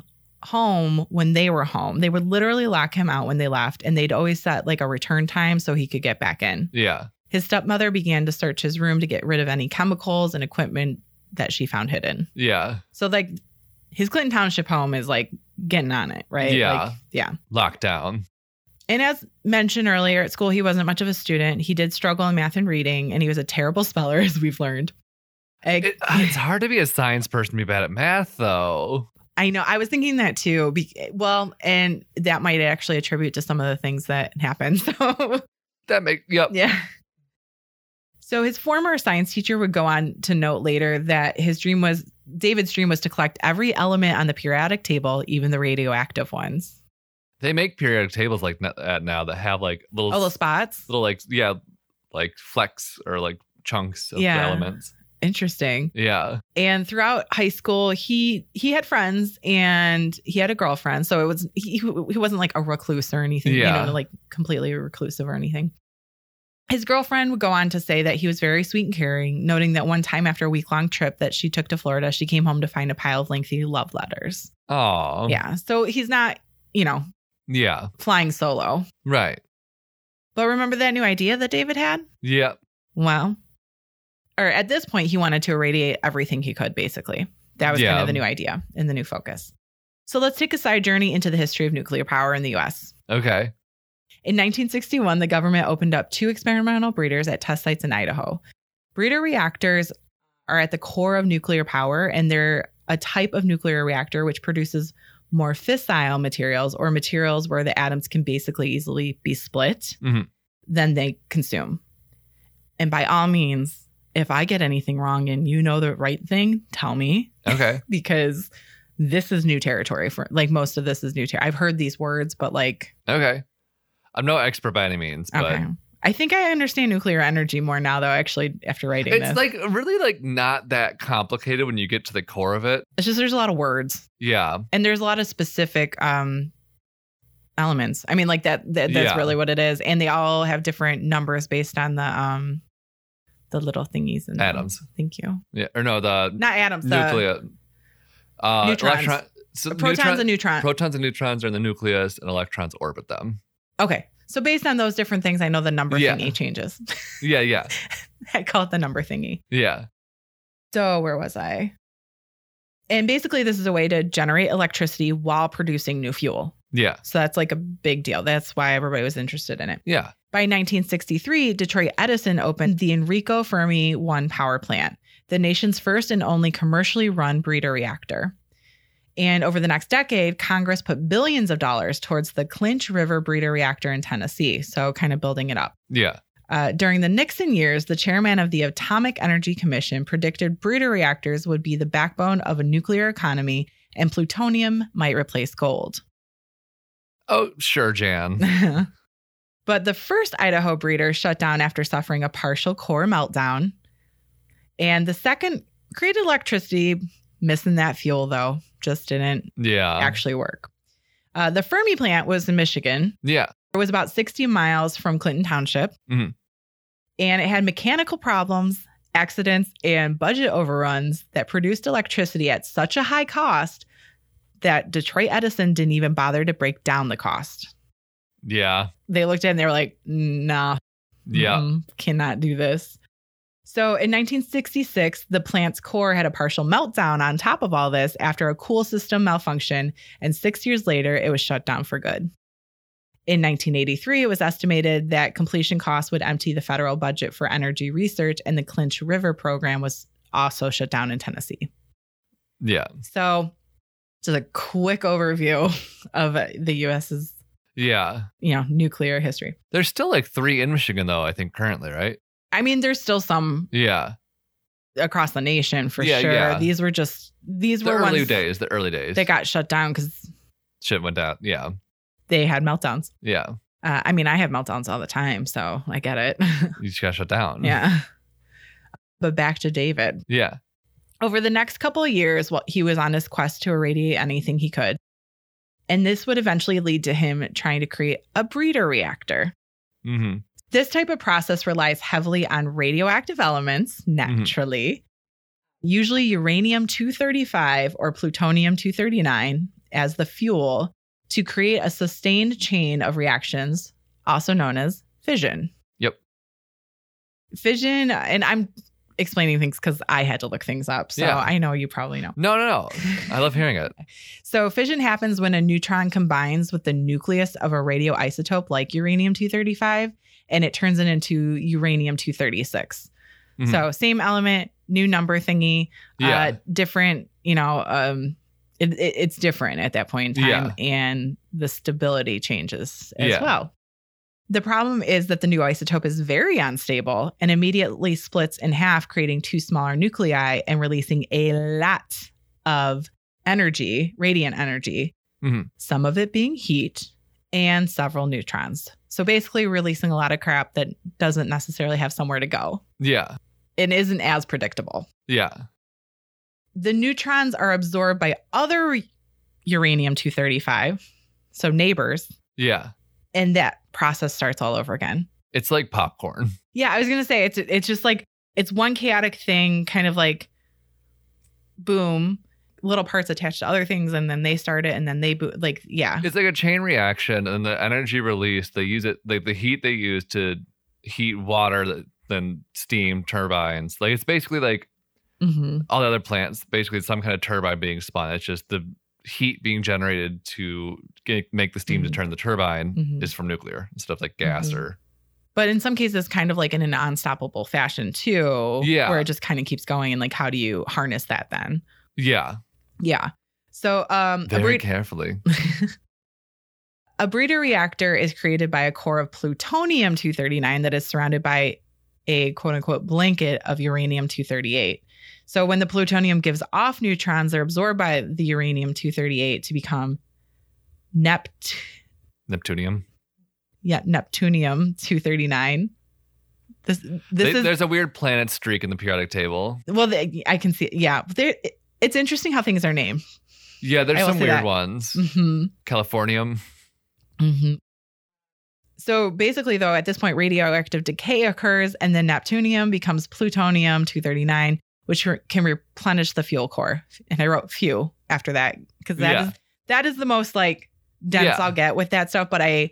C: home when they were home. They would literally lock him out when they left, and they'd always set like a return time so he could get back in.
B: Yeah.
C: His stepmother began to search his room to get rid of any chemicals and equipment that she found hidden.
B: Yeah.
C: So, like, his Clinton Township home is like getting on it, right?
B: Yeah.
C: Like, yeah.
B: Lockdown.
C: And as mentioned earlier, at school, he wasn't much of a student. He did struggle in math and reading, and he was a terrible speller, as we've learned. I,
B: It, uh, it's hard to be a science person to be bad at math, though.
C: I know. I was thinking that too. Be, well, and that might actually attribute to some of the things that happened. So,
B: That make yep.
C: yeah. So, his former science teacher would go on to note later that his dream was David's dream was to collect every element on the periodic table, even the radioactive ones.
B: They make periodic tables like na- that now that have like little
C: All those Oh, spots.
B: little like yeah, like flecks or like chunks of
C: Yeah.
B: elements.
C: Interesting.
B: Yeah.
C: and throughout high school he he had friends and he had a girlfriend so it was he, he wasn't like a recluse or anything
B: Yeah.
C: you know like completely reclusive or anything his girlfriend would go on to say that he was very sweet and caring noting that one time after a week-long trip that she took to florida she came home to find a pile of lengthy love letters
B: Oh.
C: yeah so he's not you know
B: Yeah.
C: flying solo
B: Right.
C: but remember that new idea that david had
B: Yep.
C: well or at this point he wanted to irradiate everything he could basically that was kind
B: Yeah.
C: of the new idea and the new focus so let's take a side journey into the history of nuclear power in the us
B: Okay.
C: in 1961 the government opened up two experimental breeders at test sites in idaho breeder reactors are at the core of nuclear power and they're a type of nuclear reactor which produces more fissile materials or materials where the atoms can basically easily be split
B: Mhm.
C: than they consume. And by all means, if I get anything wrong and you know the right thing, tell me
B: Okay.
C: because this is new territory for like most of this is new territory. I've heard these words, but like,
B: okay. I'm no expert by any means, but
C: okay, I think I understand nuclear energy more now, though. Actually, after writing
B: It's
C: this,
B: like really like not that complicated when you get to the core of it.
C: it's just there's a lot of words
B: Yeah.
C: and there's a lot of specific um elements. I mean, like that. that that's
B: Yeah.
C: really what it is, and they all have different numbers based on the um the little thingies and
B: Atoms.
C: Thank you.
B: Yeah. Or no, the
C: Not atoms. The
B: nucleus. Uh,
C: neutrons.
B: so
C: protons
B: neutron-
C: and neutrons.
B: protons and neutrons are in the nucleus, and electrons orbit them.
C: okay. So based on those different things, I know the number
B: Yeah.
C: thingy changes.
B: Yeah. Yeah.
C: I call it the number thingy.
B: Yeah.
C: So where was I? And basically, this is a way to generate electricity while producing new fuel.
B: Yeah.
C: So that's like a big deal. That's why everybody was interested in it.
B: Yeah.
C: By 1963, Detroit Edison opened the Enrico Fermi 1 power plant, the nation's first and only commercially run breeder reactor. And over the next decade, Congress put billions of dollars towards the Clinch River breeder reactor in Tennessee. So, kind of building it up.
B: Yeah.
C: Uh, during the Nixon years, the chairman of the Atomic Energy Commission predicted breeder reactors would be the backbone of a nuclear economy and plutonium might replace gold.
B: Oh, sure, Jan.
C: but the first Idaho breeder shut down after suffering a partial core meltdown. And the second created electricity, missing that fuel though, just didn't
B: Yeah.
C: actually work. Uh, the Fermi plant was in Michigan,
B: Yeah.
C: it was about 60 miles from Clinton Township.
B: Mhm.
C: And it had mechanical problems, accidents, and budget overruns that produced electricity at such a high cost that Detroit Edison didn't even bother to break down the cost.
B: Yeah.
C: They looked at it and they were like, nah,
B: Yeah.
C: mm, cannot do this. So in 1966, the plant's core had a partial meltdown on top of all this after a cool system malfunction, and six years later, it was shut down for good. In 1983, it was estimated that completion costs would empty the federal budget for energy research, and the Clinch River program was also shut down in Tennessee. Mm-hmm.
B: Yeah.
C: So, just a quick overview of uh, the U.S.'s
B: Yeah.
C: you know nuclear history.
B: There's still like three in Michigan, though, I think, currently, right?
C: I mean, there's still some
B: Yeah.
C: across the nation for
B: Yeah,
C: sure.
B: yeah.
C: These were just these
B: The
C: were
B: early
C: ones
B: days, the early days.
C: that got shut down because
B: Shit went down. Yeah.
C: they had meltdowns.
B: Yeah.
C: Uh, I mean, I have meltdowns all the time, so I get it.
B: You just got shut down.
C: yeah. But back to David.
B: Yeah.
C: Over the next couple of years, while he was on his quest to irradiate anything he could. And this would eventually lead to him trying to create a breeder reactor.
B: hmm
C: This type of process relies heavily on radioactive elements,
B: Mm-hmm.
C: naturally, usually uranium 235 or plutonium 239 as the fuel to create a sustained chain of reactions, also known as fission.
B: Yep.
C: Fission, and I'm explaining things because I had to look things up. So
B: Yeah.
C: I know you probably know.
B: No, no, no. I love hearing
C: Uh,
B: it.
C: So fission happens when a neutron combines with the nucleus of a radioisotope like uranium 235 and it turns it into uranium 236.
B: Mhm.
C: So same element, new number thingy,
B: Yeah.
C: uh different, you know, um it, it- it's different at that point in time and the stability changes as
B: Yeah.
C: well. The problem is that the new isotope is very unstable and immediately splits in half, creating two smaller nuclei and releasing a lot of energy, radiant energy,
B: Mhm.
C: some of it being heat, and several neutrons. So basically, releasing a lot of crap that doesn't necessarily have somewhere to go
B: yeah.
C: and isn't as predictable.
B: Yeah.
C: The neutrons are absorbed by other uranium 235, so neighbors,
B: Yeah.
C: and that process starts all over again.
B: It's like popcorn.
C: Yeah, I was gonna say it's it's just like it's one chaotic thing, kind of like boom, little parts attached to other things, and then they start it, and then they bo- like yeah,
B: It's like a chain reaction, and the energy released, they use it, like the heat they use to heat water, that then steam turbines. Like it's basically like
C: mm-hmm.
B: all the other plants, basically some kind of turbine being spun. It's just the heat being generated to get, make the steam
C: Mhm.
B: to turn the turbine
C: Mhm.
B: is from nuclear and stuff like gas
C: Mhm.
B: or
C: but in some cases, kind of like in an unstoppable fashion too,
B: Yeah.
C: where it just kind of keeps going, and like how do you harness that then?
B: yeah,
C: Yeah, so um, a,
B: very
C: breed-
B: carefully.
C: a breeder reactor is created by a core of plutonium two thirty nine that is surrounded by a quote unquote blanket of uranium 238. So when the plutonium gives off neutrons, they're absorbed by the uranium 238 to become Nept
B: Neptunium.
C: yeah, Neptunium 239. This this
B: They-
C: is
B: there's a weird planet streak in the periodic table.
C: well, they, I can see. Yeah, there. It's interesting how things are named.
B: Yeah, there's
C: I will
B: some
C: say
B: weird
C: that.
B: ones.
C: hmm
B: Californium. Mm-hmm.
C: hmm So basically, though, at this point, radioactive decay occurs, and then neptunium becomes plutonium 239, which re- can replenish the fuel core. And I wrote few after that because that is
B: Yeah.
C: that is the most like dense
B: Yeah.
C: I'll get with that stuff. But I,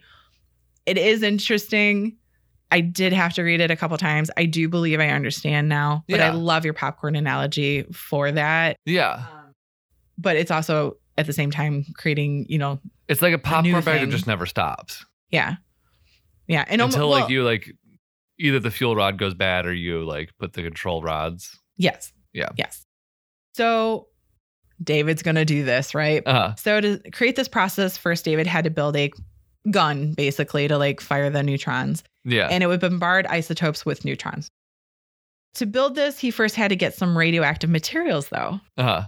C: it is interesting. I did have to read it a couple times. I do believe I understand now, but I
B: Yeah. Uh.
C: love your popcorn analogy for that. Um,
B: Yeah.
C: But it's also at the same time creating, you know,
B: It's like a popcorn
C: new
B: bag
C: thing.
B: that just never stops.
C: yeah, yeah, and almo-
B: Until
C: well-
B: like you like either the fuel rod goes bad or you like put the control rods.
C: Yes.
B: Yeah.
C: Yes. So David's going to do this, right?
B: Uh
C: So to create this process, first David had to build a gun basically to like fire the neutrons
B: yeah.
C: and it would bombard isotopes with neutrons. To build this, he first had to get some radioactive materials though,
B: Uh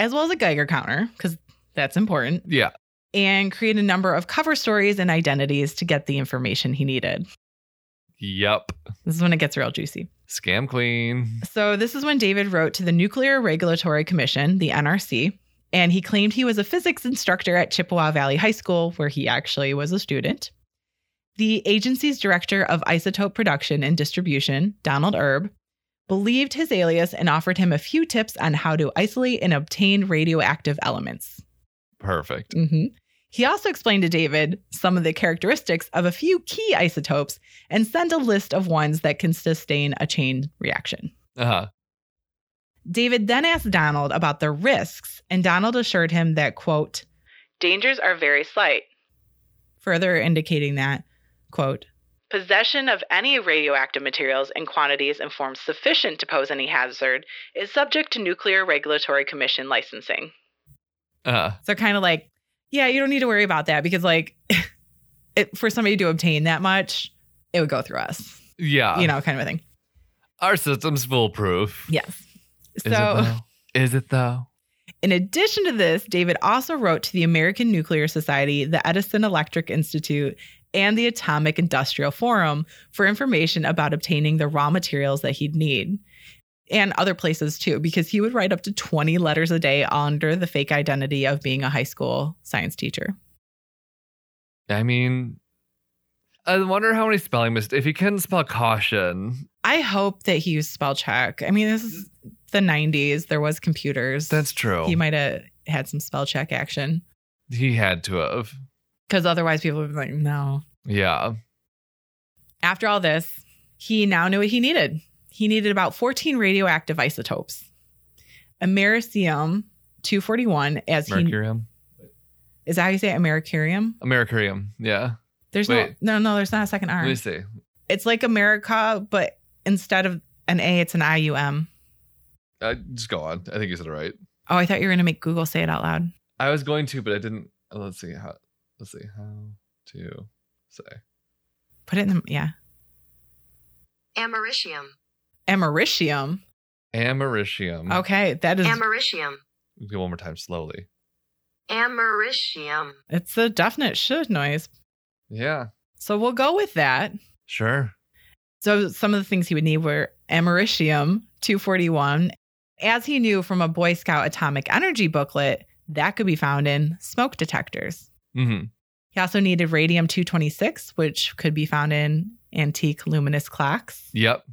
C: as well as a Geiger counter cuz that's important,
B: yeah.
C: and create a number of cover stories and identities to get the information he needed.
B: Yep.
C: This is when it gets real juicy.
B: Scam queen.
C: So, this is when David wrote to the Nuclear Regulatory Commission, the NRC, and he claimed he was a physics instructor at Chippewa Valley High School, where he actually was a student. The agency's director of isotope production and distribution, Donald Erb, believed his alias and offered him a few tips on how to isolate and obtain radioactive elements.
B: Perfect.
C: Mhm. He also explained to David some of the characteristics of a few key isotopes and sent a list of ones that can sustain a chain reaction.
B: Uh huh.
C: David then asked Donald about the risks, and Donald assured him that, quote, dangers are very slight. Further indicating that, quote, possession of any radioactive materials in quantities and forms sufficient to pose any hazard is subject to Nuclear Regulatory Commission licensing.
B: Uh
C: So, kind of like, yeah, you don't need to worry about that because, like, it, for somebody to obtain that much, it would go through us,
B: yeah.
C: you know, kind of a thing.
B: Our system's foolproof.
C: Yes.
B: Is it though? Is it though?
C: In addition to this, David also wrote to the American Nuclear Society, the Edison Electric Institute, and the Atomic Industrial Forum for information about obtaining the raw materials that he'd need and other places too, because he would write up to 20 letters a day under the fake identity of being a high school science teacher.
B: I mean, I wonder how many spelling mistakes. If he couldn't spell caution,
C: I hope that he used spell check. I mean, this is the 90s, there was computers.
B: that's true.
C: he
B: He,
C: might have had some spell check action
B: had to have.
C: because otherwise people would be like, no,
B: Yeah.
C: After all this, he now knew what he needed. He needed about 14 radioactive isotopes. Americium 241 as he
B: Mercurium.
C: is that how you say it? Americarium?
B: Americurium. Yeah.
C: There's
B: Wait.
C: no no no, there's not a second
B: Let
C: R.
B: me see.
C: It's like America, but instead of an A, it's an IUM.
B: Uh, just go on. I think you said it right.
C: Oh, I thought you were gonna make Google say it out loud.
B: I was going to, but I didn't. uh, Let's see how. Let's see how to say.
C: Put it in the yeah.
D: Americium.
C: Americium.
B: Americium.
C: Okay, that is
D: Americium.
B: We'll Do it one more time slowly.
D: Americium.
C: it's a definite should noise.
B: Yeah.
C: So we'll go with that.
B: Sure.
C: So some of the things he would need were americium 241. As he knew from a Boy Scout atomic energy booklet, that could be found in smoke detectors.
B: Mm-hmm.
C: He also needed radium 226, which could be found in antique luminous clocks.
B: Yep.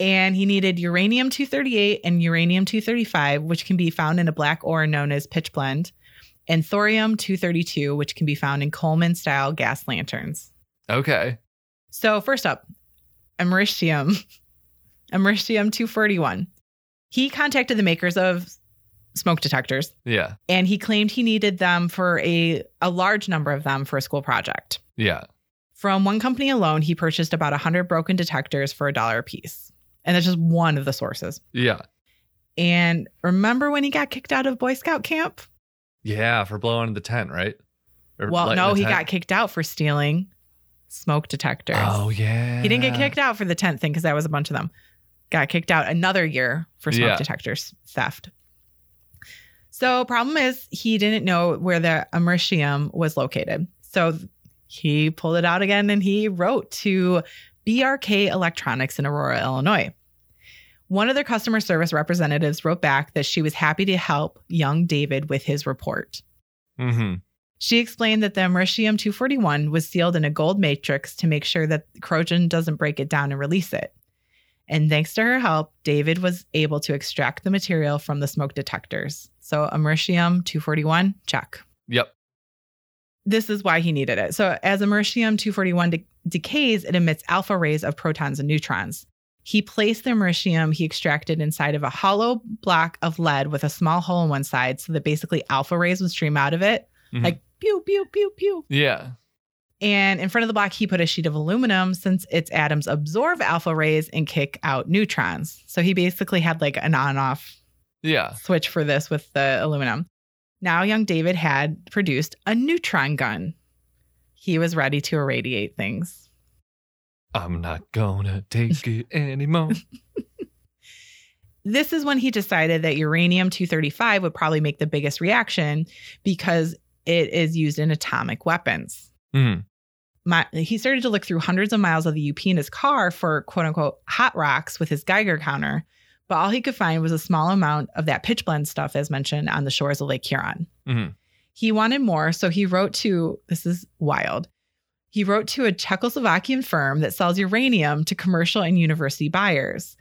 C: And he needed uranium 238 and uranium 235, which can be found in a black ore known as pitch blende, and thorium 232, which can be found in Coleman style gas lanterns.
B: Okay.
C: So first up, Americium, Americium 241. He contacted the makers of smoke detectors
B: Yeah.
C: and he claimed he needed them for a, a large number of them for a school project.
B: Yeah.
C: From one company alone, he purchased about 100 broken detectors for a dollar apiece. And that's just one of the sources.
B: Yeah.
C: And remember when he got kicked out of Boy Scout camp?
B: Yeah. For blowing the tent, right? Or
C: Well,
B: Er, lighting
C: no,
B: the
C: he
B: tent.
C: got kicked out for stealing smoke detectors.
B: Oh yeah.
C: He didn't get kicked out for the tent thing because that was a bunch of them. Got kicked out another year for smoke
B: Yeah.
C: detectors theft. So problem is he didn't know where the americium was located. So he pulled it out again and he wrote to BRK Electronics in Aurora, Illinois. One of their customer service representatives wrote back that she was happy to help young David with his report.
B: Mm-hmm.
C: She explained that the americium 241 was sealed in a gold matrix to make sure that Crogen doesn't break it down and release it. And thanks to her help, David was able to extract the material from the smoke detectors. So, americium 241, check.
B: Yep.
C: This is why he needed it. So, as americium 241 de- decays, it emits alpha rays of protons and neutrons. He placed the americium he extracted inside of a hollow block of lead with a small hole in one side so that basically alpha rays would stream out of it,
B: Mhm.
C: like pew, pew, pew, pew.
B: Yeah.
C: And in front of the block, he put a sheet of aluminum since its atoms absorb alpha rays and kick out neutrons. So he basically had like an on off
B: Yeah.
C: switch for this with the aluminum. Now, young David had produced a neutron gun. He was ready to irradiate things.
B: I'm not gonna take it anymore.
C: This is when he decided that uranium 235 would probably make the biggest reaction because it is used in atomic weapons.
B: Mm.
C: my, he started to look through hundreds of miles of the UP in his car for quote unquote hot rocks with his Geiger counter, but all he could find was a small amount of that pitch blend stuff, as mentioned, on the shores of Lake Huron.
B: Mhm.
C: He wanted more, so he wrote to this is wild. He wrote to a Czechoslovakian firm that sells uranium to commercial and university buyers,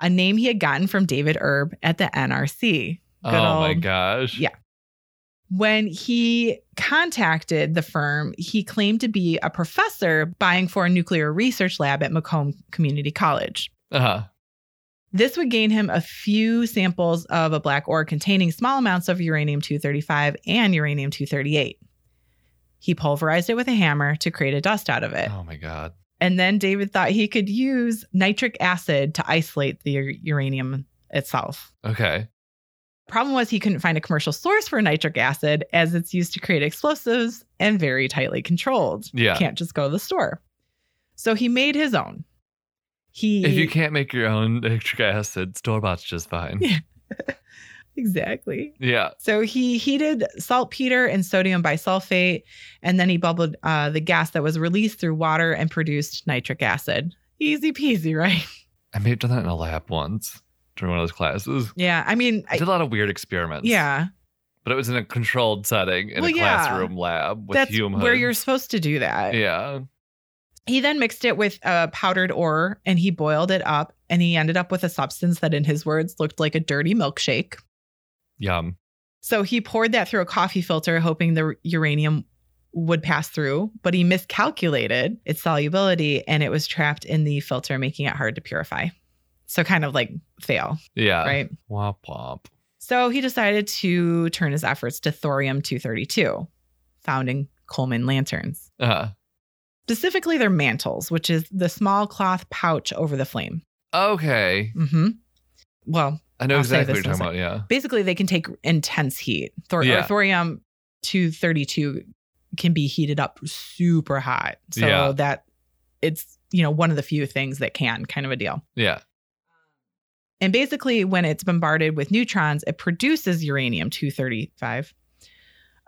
C: a name he had gotten from David Erb at the NRC.
B: Oh
C: Good
B: my
C: old-
B: gosh.
C: Yeah. When he contacted the firm, he claimed to be a professor buying for a nuclear research lab at Macomb Community College.
B: Uh-huh.
C: This would gain him a few samples of a black ore containing small amounts of uranium 235 and uranium 238. He pulverized it with a hammer to create a dust out of it.
B: Oh my god.
C: And then David thought he could use nitric acid to isolate the u- uranium itself.
B: Okay.
C: Problem was, he couldn't find a commercial source for nitric acid as it's used to create explosives and very tightly controlled.
B: Yeah.
C: Can't just go to the store. So he made his own. He
B: If you can't make your own nitric acid, store bought's just fine.
C: Yeah. exactly.
B: Yeah.
C: So he heated saltpeter and sodium bisulfate, and then he bubbled uh, the gas that was released through water and produced nitric acid. Easy peasy, right?
B: I may have done that in a lab once during one of those classes.
C: Yeah. I mean,
B: I
C: I,
B: did a lot of weird experiments.
C: yeah,
B: But it was in a controlled setting in
C: Well,
B: a
C: yeah.
B: classroom lab with
C: that's
B: humans.
C: where you're supposed to do that.
B: Yeah.
C: He then mixed it with uh, powdered ore and he boiled it up and he ended up with a substance that, in his words, looked like a dirty milkshake.
B: Yum.
C: So he poured that through a coffee filter, hoping the uranium would pass through, but he miscalculated its solubility and it was trapped in the filter, making it hard to purify. So, kind of like fail,
B: Yeah.
C: right?
B: Womp womp.
C: So, he decided to turn his efforts to thorium 232, found in Coleman lanterns,
B: Uh-huh.
C: specifically their mantles, which is the small cloth pouch over the flame.
B: Okay.
C: Mm-hmm. Well,
B: I know
C: I'll say
B: exactly what
C: this
B: you're
C: in a
B: talking about. Yeah.
C: basically, they can take intense heat. Thor- or
B: Yeah.
C: thorium 232 can be heated up super hot. So
B: Yeah.
C: that it's, you know, one of the few things that can, kind of a deal.
B: Yeah.
C: And basically, when it's bombarded with neutrons, it produces uranium 235,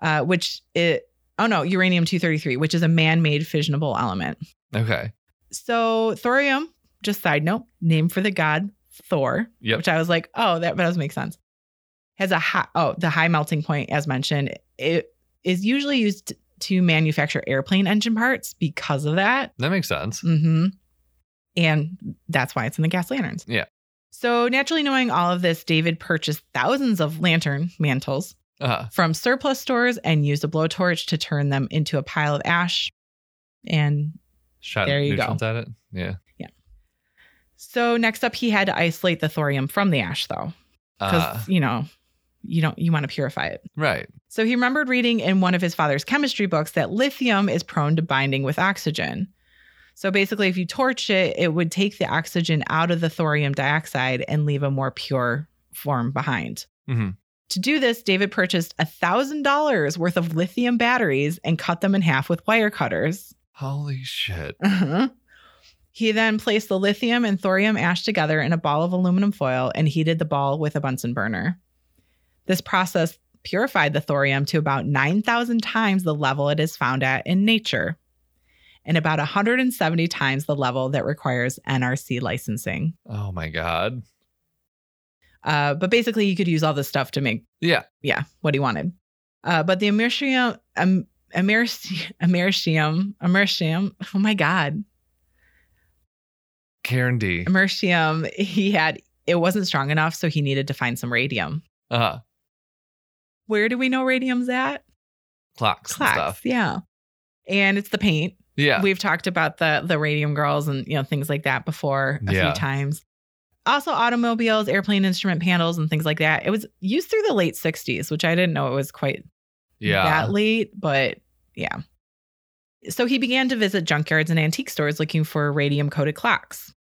C: uh, which it, oh no, uranium 233, which is a man made fissionable element.
B: Okay.
C: So thorium, just side note, name for the god Thor,
B: Yep.
C: which I was like, oh, that does make sense. Has a high, oh, the high melting point, as mentioned, it is usually used to manufacture airplane engine parts because of that.
B: That makes sense.
C: Mm-hmm. And that's why it's in the gas lanterns.
B: Yeah.
C: So naturally, knowing all of this, David purchased thousands of lantern mantles
B: Uh-huh.
C: from surplus stores and used a blowtorch to turn them into a pile of ash. And
B: Shot
C: There you go.
B: neutrons at it. Yeah.
C: so next up, he had to isolate the thorium from the ash, though, because
B: Uh,
C: you know, you don't you want to purify it.
B: right.
C: So he remembered reading in one of his father's chemistry books that lithium is prone to binding with oxygen. So basically, if you torch it, it would take the oxygen out of the thorium dioxide and leave a more pure form behind.
B: Mhm.
C: To do this, David purchased $1,000 worth of lithium batteries and cut them in half with wire cutters.
B: Holy shit.
C: Uh-huh. He then placed the lithium and thorium ash together in a ball of aluminum foil and heated the ball with a Bunsen burner. This process purified the thorium to about 9,000 times the level it is found at in nature. and about 170 times the level that requires NRC licensing.
B: Oh my God.
C: Uh, but basically, you could use all this stuff to make
B: Yeah.
C: yeah, what he wanted. Uh, but the Americium, um, Americi- Americium, Americium, oh my God,
B: Karen D.
C: Americium, he had, it wasn't strong enough, so he needed to find some radium.
B: Uh,
C: Where do we know radium's at?
B: clocks, and
C: Clacks,
B: stuff.
C: yeah. And it's the paint.
B: Yeah.
C: We've talked about the the radium girls and you know things like that before a
B: Yeah.
C: few times. Also automobiles, airplane instrument panels and things like that. It was used through the late 60s, which I didn't know it was quite
B: Yeah.
C: that late, but yeah. So he began to visit junkyards and antique stores looking for radium coated clocks.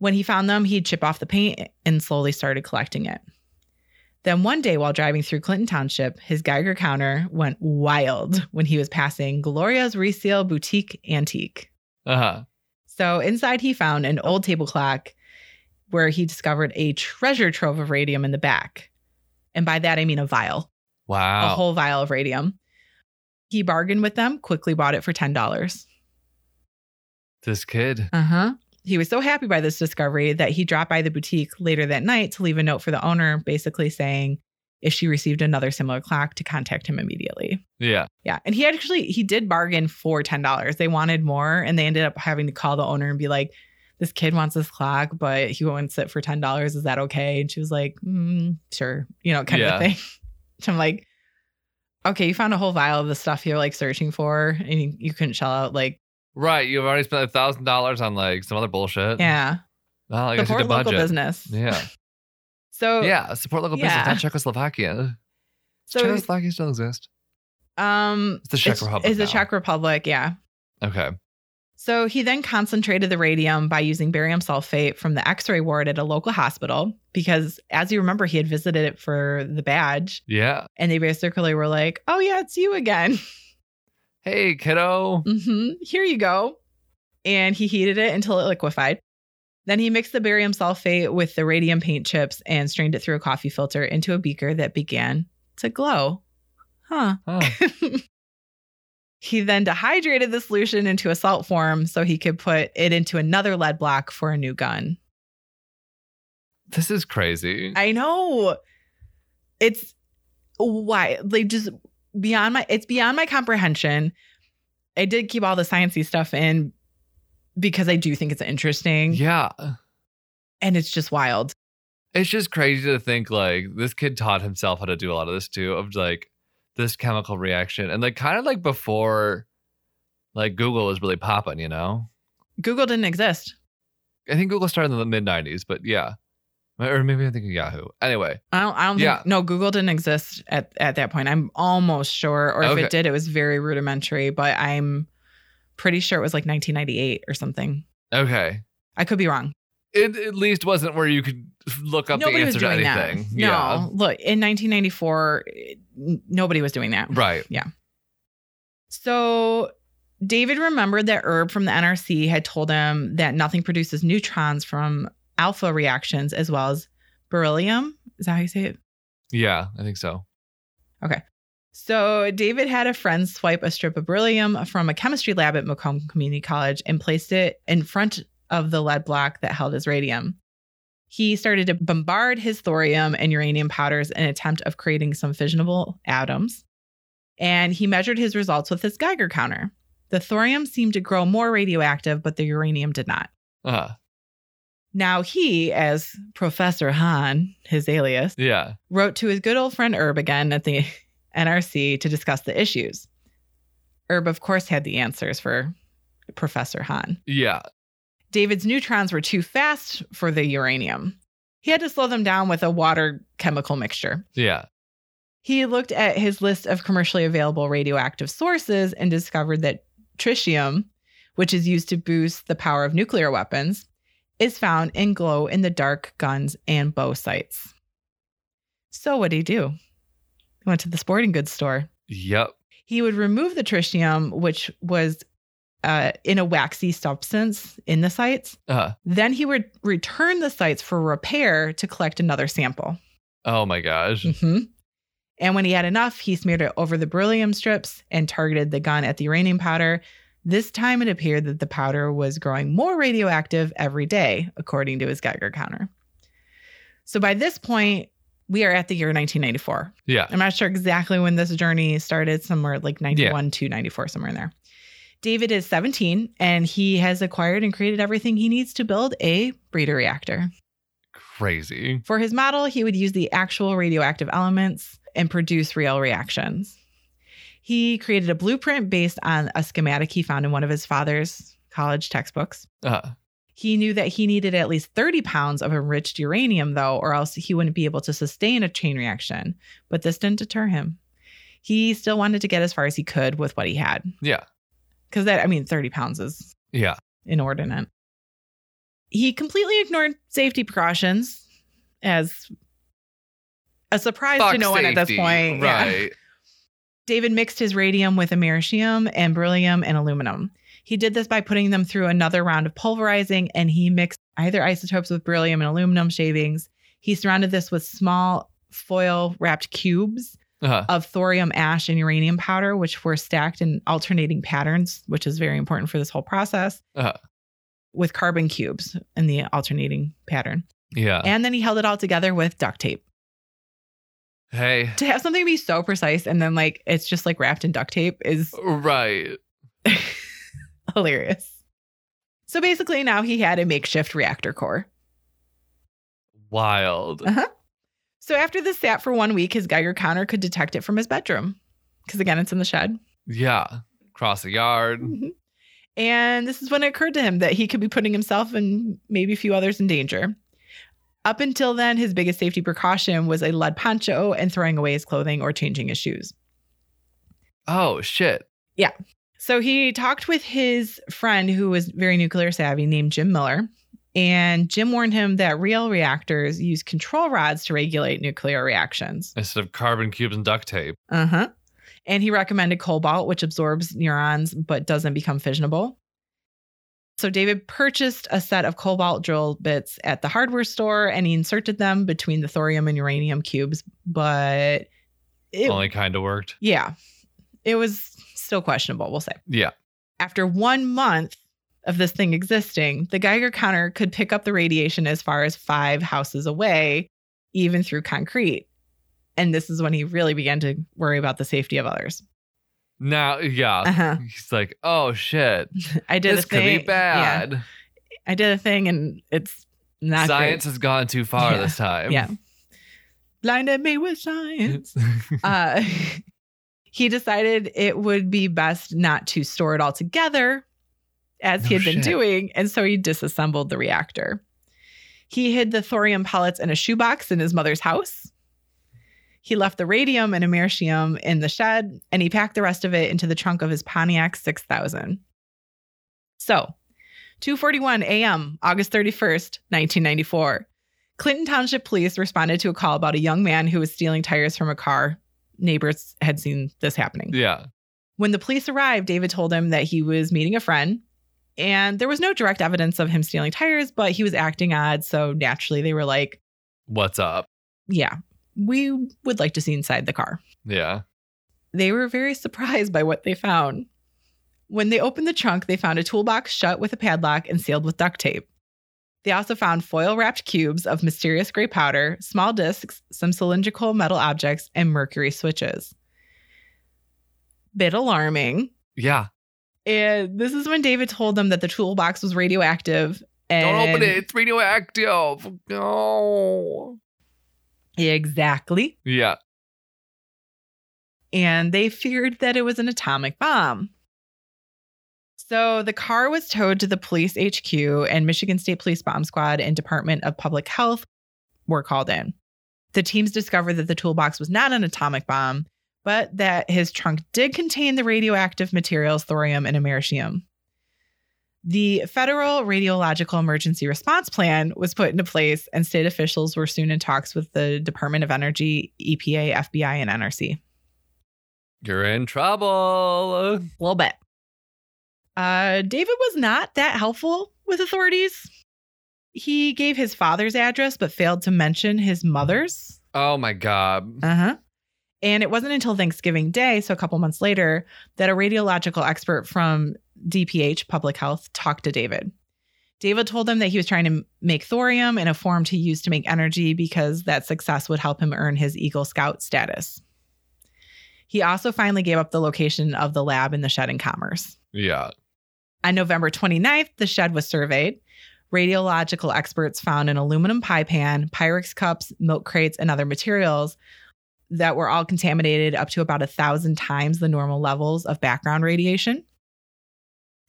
C: When he found them, he'd chip off the paint and slowly started collecting it. Then one day, while driving through Clinton Township, his Geiger counter went wild when he was passing Gloria's Resale Boutique Antique.
B: Uh huh.
C: So inside, he found an old table clock where he discovered a treasure trove of radium in the back. And by that, I mean a vial
B: Wow.
C: a whole vial of radium. He bargained with them, quickly bought it for $10.
B: this kid.
C: Uh huh. He was so happy by this discovery that he dropped by the boutique later that night to leave a note for the owner, basically saying if she received another similar clock to contact him immediately.
B: Yeah.
C: Yeah. And he actually he did bargain for $10. They wanted more and they ended up having to call the owner and be like, this kid wants this clock, but he wants it for $10. Is that okay? And she was like, mm, sure, you know, kind
B: Yeah.
C: of a thing. So I'm like, okay, you found a whole vial of the stuff you're like searching for and you, you couldn't shell out like,
B: Right. You've already spent a thousand dollars on like some other bullshit.
C: yeah,
B: Well, I guess you
C: support
B: the
C: local
B: budget.
C: business.
B: Yeah.
C: So
B: Yeah. Support local business,
C: Yeah.
B: not Czechoslovakia.
C: So-
B: Czechoslovakia still exists.
C: um
B: It's the Czech Republic
C: Is the
B: now.
C: Czech Republic, yeah.
B: Okay.
C: So he then concentrated the radium by using barium sulfate from the x-ray ward at a local hospital because as you remember he had visited it for the badge
B: Yeah.
C: and they basically were like, "Oh yeah, it's you again."
B: Hey, kiddo.
C: hmm Here you go. And he heated it until it liquefied. Then he mixed the barium sulfate with the radium paint chips and strained it through a coffee filter into a beaker that began to glow. Huh.
B: Huh.
C: He then dehydrated the solution into a salt form so he could put it into another lead block for a new gun.
B: This is crazy.
C: I know. It's why like just beyond my it's beyond my comprehension. I did keep all the sciencey stuff in because I do think it's interesting
B: yeah.
C: and it's just wild.
B: It's just crazy to think like this kid taught himself how to do a lot of this too, of like this chemical reaction. And like kind of like before like Google was really popping, you know?
C: Google didn't exist.
B: I think Google started in the mid 90s, but yeah. Or maybe I'm thinking Yahoo. Anyway,
C: I don't I don't
B: Yeah.
C: think no Google didn't exist at at that point. I'm almost sure or if
B: Okay.
C: it did it was very rudimentary, but I'm pretty sure it was like 1998 or something.
B: okay.
C: I could be wrong.
B: It at least wasn't where you could look up the answer to anything.
C: that. No,
B: Yeah.
C: look, in 1994, n- nobody was doing that.
B: Right.
C: So David remembered that Herb from the NRC had told him that nothing produces neutrons from alpha reactions as well as beryllium. Is that how you say it?
B: Yeah, I think so.
C: So David had a friend swipe a strip of beryllium from a chemistry lab at Macomb Community College and placed it in front of the lead block that held his radium. He started to bombard his thorium and uranium powders in an attempt of creating some fissionable atoms. And he measured his results with his Geiger counter. The thorium seemed to grow more radioactive, but the uranium did not.
B: Uh,
C: Now he, as Professor Hahn, his alias,
B: yeah.
C: wrote to his good old friend Herb again at the NRC to discuss the issues. Herb, of course, had the answers for Professor Hahn.
B: Yeah.
C: David's neutrons were too fast for the uranium. He had to slow them down with a water chemical mixture.
B: Yeah.
C: He looked at his list of commercially available radioactive sources and discovered that tritium, which is used to boost the power of nuclear weapons, is found in glow in the dark guns and bow sights. So, what did he do? He went to the sporting goods store.
B: Yep.
C: He would remove the tritium, which was uh, in a waxy substance in the sights.
B: Uh,
C: Then he would return the sights for repair to collect another sample.
B: oh my gosh.
C: hmm And when he had enough, he smeared it over the beryllium strips and targeted the gun at the uranium powder. This time it appeared that the powder was growing more radioactive every day, according to his Geiger counter. So by this point, we are at the year 1994.
B: Yeah.
C: I'm not sure exactly when this journey started, somewhere like 91 to 94, somewhere in there. David is 17 and he has acquired and created everything he needs to build a breeder reactor.
B: Crazy.
C: For his model, he would use the actual radioactive elements and produce real reactions. He created a blueprint based on a schematic he found in one of his father's college textbooks.
B: Uh,
C: He knew that he needed at least 30 pounds of enriched uranium, though, or else he wouldn't be able to sustain a chain reaction. But this didn't deter him. He still wanted to get as far as he could with what he had.
B: Yeah.
C: Because that, I mean, 30 pounds is
B: yeah.
C: inordinate. He completely ignored safety precautions as a surprise to
B: Fuck
C: no one at this
B: safety.
C: point. Yeah.
B: Right.
C: David mixed his radium with americium and beryllium and aluminum. He did this by putting them through another round of pulverizing and he mixed either isotopes with beryllium and aluminum shavings. He surrounded this with small foil wrapped cubes
B: Uh-huh.
C: of thorium ash and uranium powder, which were stacked in alternating patterns, which is very important for this whole process,
B: Uh-huh.
C: with carbon cubes in the alternating pattern.
B: Yeah.
C: And then he held it all together with duct tape.
B: Hey.
C: To have something be so precise and then like it's just like wrapped in duct tape is
B: Right.
C: hilarious. So basically, now he had a makeshift reactor core.
B: Wild.
C: Uh-huh. So after this sat for one week, his Geiger counter could detect it from his bedroom because, again, it's in the shed.
B: Yeah. Cross the yard.
C: Mhm. And this is when it occurred to him that he could be putting himself and maybe a few others in danger. Up until then, his biggest safety precaution was a lead poncho and throwing away his clothing or changing his shoes.
B: Oh shit.
C: So he talked with his friend who was very nuclear savvy named Jim Miller. And Jim warned him that real reactors use control rods to regulate nuclear reactions.
B: Instead of carbon cubes and duct tape.
C: Uh huh. And he recommended cobalt, which absorbs neurons but doesn't become fissionable. So David purchased a set of cobalt drill bits at the hardware store and he inserted them between the thorium and uranium cubes, but it,
B: Only kind of worked.
C: yeah, it was still questionable, we'll say.
B: Yeah.
C: After one month of this thing existing, the Geiger counter could pick up the radiation as far as five houses away, even through concrete. And this is when he really began to worry about the safety of others.
B: Now, yeah.
C: Uh-huh.
B: He's like, oh shit.
C: I did
B: Uh, This
C: a
B: could
C: thing.
B: be bad.
C: Yeah, I did a thing, and it's not
B: Science
C: Great.
B: has gone too far
C: Yeah.
B: this time.
C: Yeah. Blinded me with science. uh, he decided it would be best not to store it all together as he
B: No
C: had been
B: shit.
C: doing. And so he disassembled the reactor. He hid the thorium pellets in a shoebox in his mother's house. He left the radium and americium in the shed, and he packed the rest of it into the trunk of his Pontiac 6000. So, 2:41 a.m., August 31st, 1994, Clinton Township Police responded to a call about a young man who was stealing tires from a car. Neighbors had seen this happening.
B: yeah.
C: When the police arrived, David told him that he was meeting a friend, and there was no direct evidence of him stealing tires, but he was acting odd, so naturally they were like,
B: What's up?
C: "Yeah, we would like to see inside the car."
B: Yeah.
C: They were very surprised by what they found. When they opened the trunk, they found a toolbox shut with a padlock and sealed with duct tape. They also found foil wrapped cubes of mysterious gray powder, small discs, some cylindrical metal objects, and mercury switches. Bit alarming.
B: Yeah.
C: And this is when David told them that the toolbox was radioactive. And
B: Don't open it. It's radioactive. No.
C: Exactly.
B: Yeah.
C: and they feared that it was an atomic bomb. So the car was towed to the police HQ, and Michigan State Police Bomb Squad and Department of Public Health were called in. The teams discovered that the toolbox was not an atomic bomb, but that his trunk did contain the radioactive materials thorium and americium. The Federal Radiological Emergency Response Plan was put into place, and state officials were soon in talks with the Department of Energy, E EPA, FBI, and NRC.
B: You're in trouble.
C: A little bit. Uh, David was not that helpful with authorities. He gave his father's address but failed to mention his mother's.
B: Oh my God.
C: Uh huh. And it wasn't until Thanksgiving Day, so a couple months later, that a radiological expert from DPH, public health, talked to David. David told them that he was trying to make thorium in a form to use to make energy because that success would help him earn his Eagle Scout status. He also finally gave up the location of the lab in the shed in Commerce.
B: Yeah.
C: On November 29th, the shed was surveyed. Radiological experts found an aluminum pie pan, Pyrex cups, milk crates, and other materials that were all contaminated up to about a thousand times the normal levels of background radiation.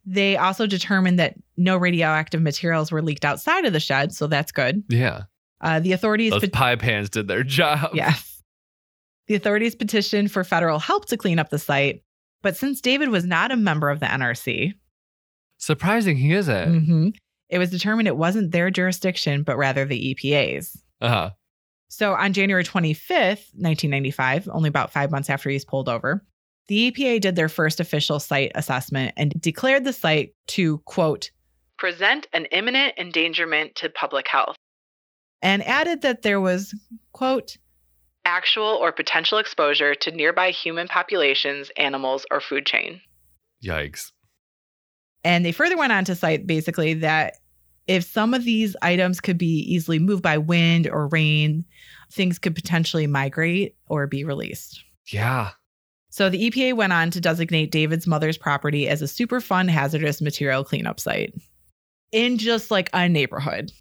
C: They also determined that no radioactive materials were leaked outside of the shed, so that's good.
B: Yeah.
C: Uh, the authorities.
B: Those
C: put-
B: pie pans did their job.
C: Yes. The authorities petitioned for federal help to clean up the site, but since David was not a member of the NRC,
B: Surprising he isn't.
C: mhm, it was determined it wasn't their jurisdiction, but rather the EPA's.
B: Uh huh.
C: So on January 25th, 1995, only about five months after he's pulled over, the EPA did their first official site assessment and declared the site to, quote, present an imminent endangerment to public health, and added that there was, quote, actual or potential exposure to nearby human populations, animals, or food chain.
B: Yikes.
C: And they further went on to cite basically that if some of these items could be easily moved by wind or rain, things could potentially migrate or be released.
B: Yeah.
C: So the EPA went on to designate David's mother's property as a Superfund hazardous material cleanup site in just like a neighborhood,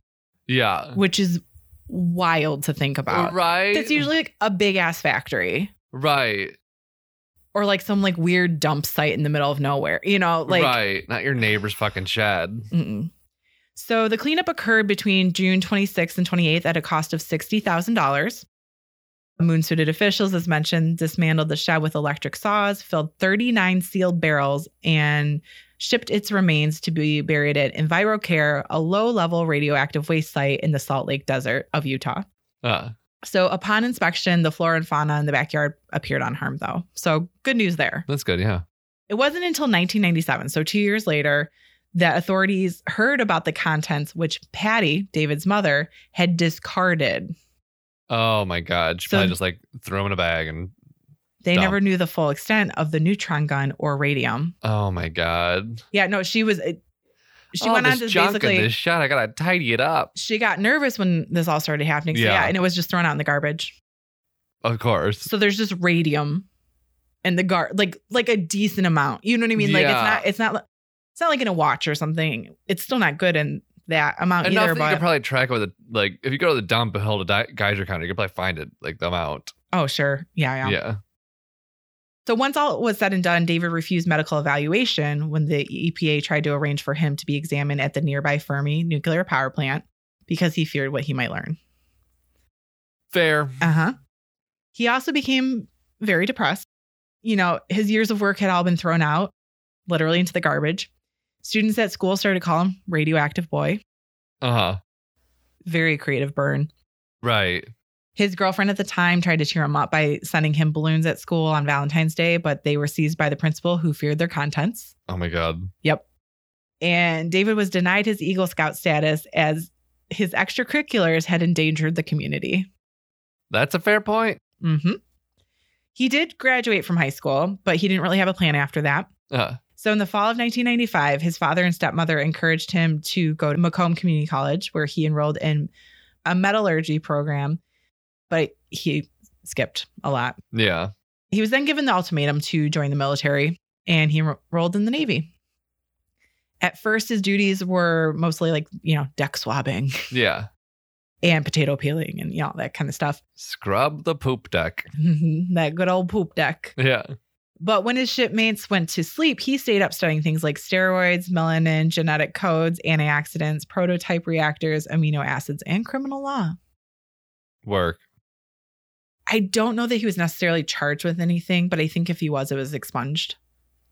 B: Yeah.
C: which is wild to think about.
B: Uh-huh. Right.
C: It's usually like a big ass factory
B: right.
C: or like some like weird dump site in the middle of nowhere, you know, like
B: right. Not your neighbor's fucking shed.
C: Mm-mm. So the cleanup occurred between June 26th and 28th at a cost of $60,000. Moon-suited officials, as mentioned, dismantled the shed with electric saws, filled 39 sealed barrels, and shipped its remains to be buried at EnviroCare, a low-level radioactive waste site in the Salt Lake Desert of Utah.
B: Uh,
C: So upon inspection, the flora and fauna in the backyard appeared unharmed, though. So good news there.
B: that's good. Yeah.
C: It wasn't until 1997, so two years later, that authorities heard about the contents which Patty, David's mother, had discarded.
B: Oh my God. She
C: So-
B: probably just like threw him in a bag and
C: They
B: Dumb.
C: never knew the full extent of the neutron gun or radium.
B: oh my God.
C: Yeah, no, she was. it- She
B: All
C: went on
B: this
C: to
B: junk in
C: basically.
B: this shot. I gotta tidy it up.
C: She got nervous when this all started happening. So yeah.
B: Yeah.
C: and it was just thrown out in the garbage.
B: Of course.
C: So there's just radium, in the gar like like a decent amount. You know what I mean? Like
B: Yeah.
C: it's not it's not it's not like in a watch or something. It's still not good in that amount
B: Enough
C: either.
B: that you
C: But
B: could probably track it with a like if you go to the dump and hold a di- Geiger counter, you could probably find it like the amount.
C: oh sure, yeah, yeah.
B: Yeah.
C: So once all was said and done, David refused medical evaluation when the EPA tried to arrange for him to be examined at the nearby Fermi nuclear power plant because he feared what he might learn.
B: Fair.
C: Uh-huh. He also became very depressed. You know, his years of work had all been thrown out, literally into the garbage. Students at school started to call him radioactive boy.
B: Uh huh.
C: Very creative burn.
B: Right.
C: His girlfriend at the time tried to cheer him up by sending him balloons at school on Valentine's Day, but they were seized by the principal who feared their contents.
B: Oh my God.
C: and David was denied his Eagle Scout status as his extracurriculars had endangered the community.
B: That's a fair point.
C: hmm He did graduate from high school, but he didn't really have a plan after that.
B: Uh,
C: So, in the fall of 1995, his father and stepmother encouraged him to go to Macomb Community College, where he enrolled in a metallurgy program, but he skipped a lot.
B: yeah.
C: He was then given the ultimatum to join the military and he enrolled in the Navy. At first, his duties were mostly like, you know, deck swabbing
B: Yeah.
C: and potato peeling and, you know, that kind of stuff.
B: Scrub the poop deck.
C: that good old poop deck.
B: Yeah.
C: But when his shipmates went to sleep, he stayed up studying things like steroids, melanin, genetic codes, antioxidants, prototype reactors, amino acids, and criminal law.
B: Work.
C: I don't know that he was necessarily charged with anything, but I think if he was, it was expunged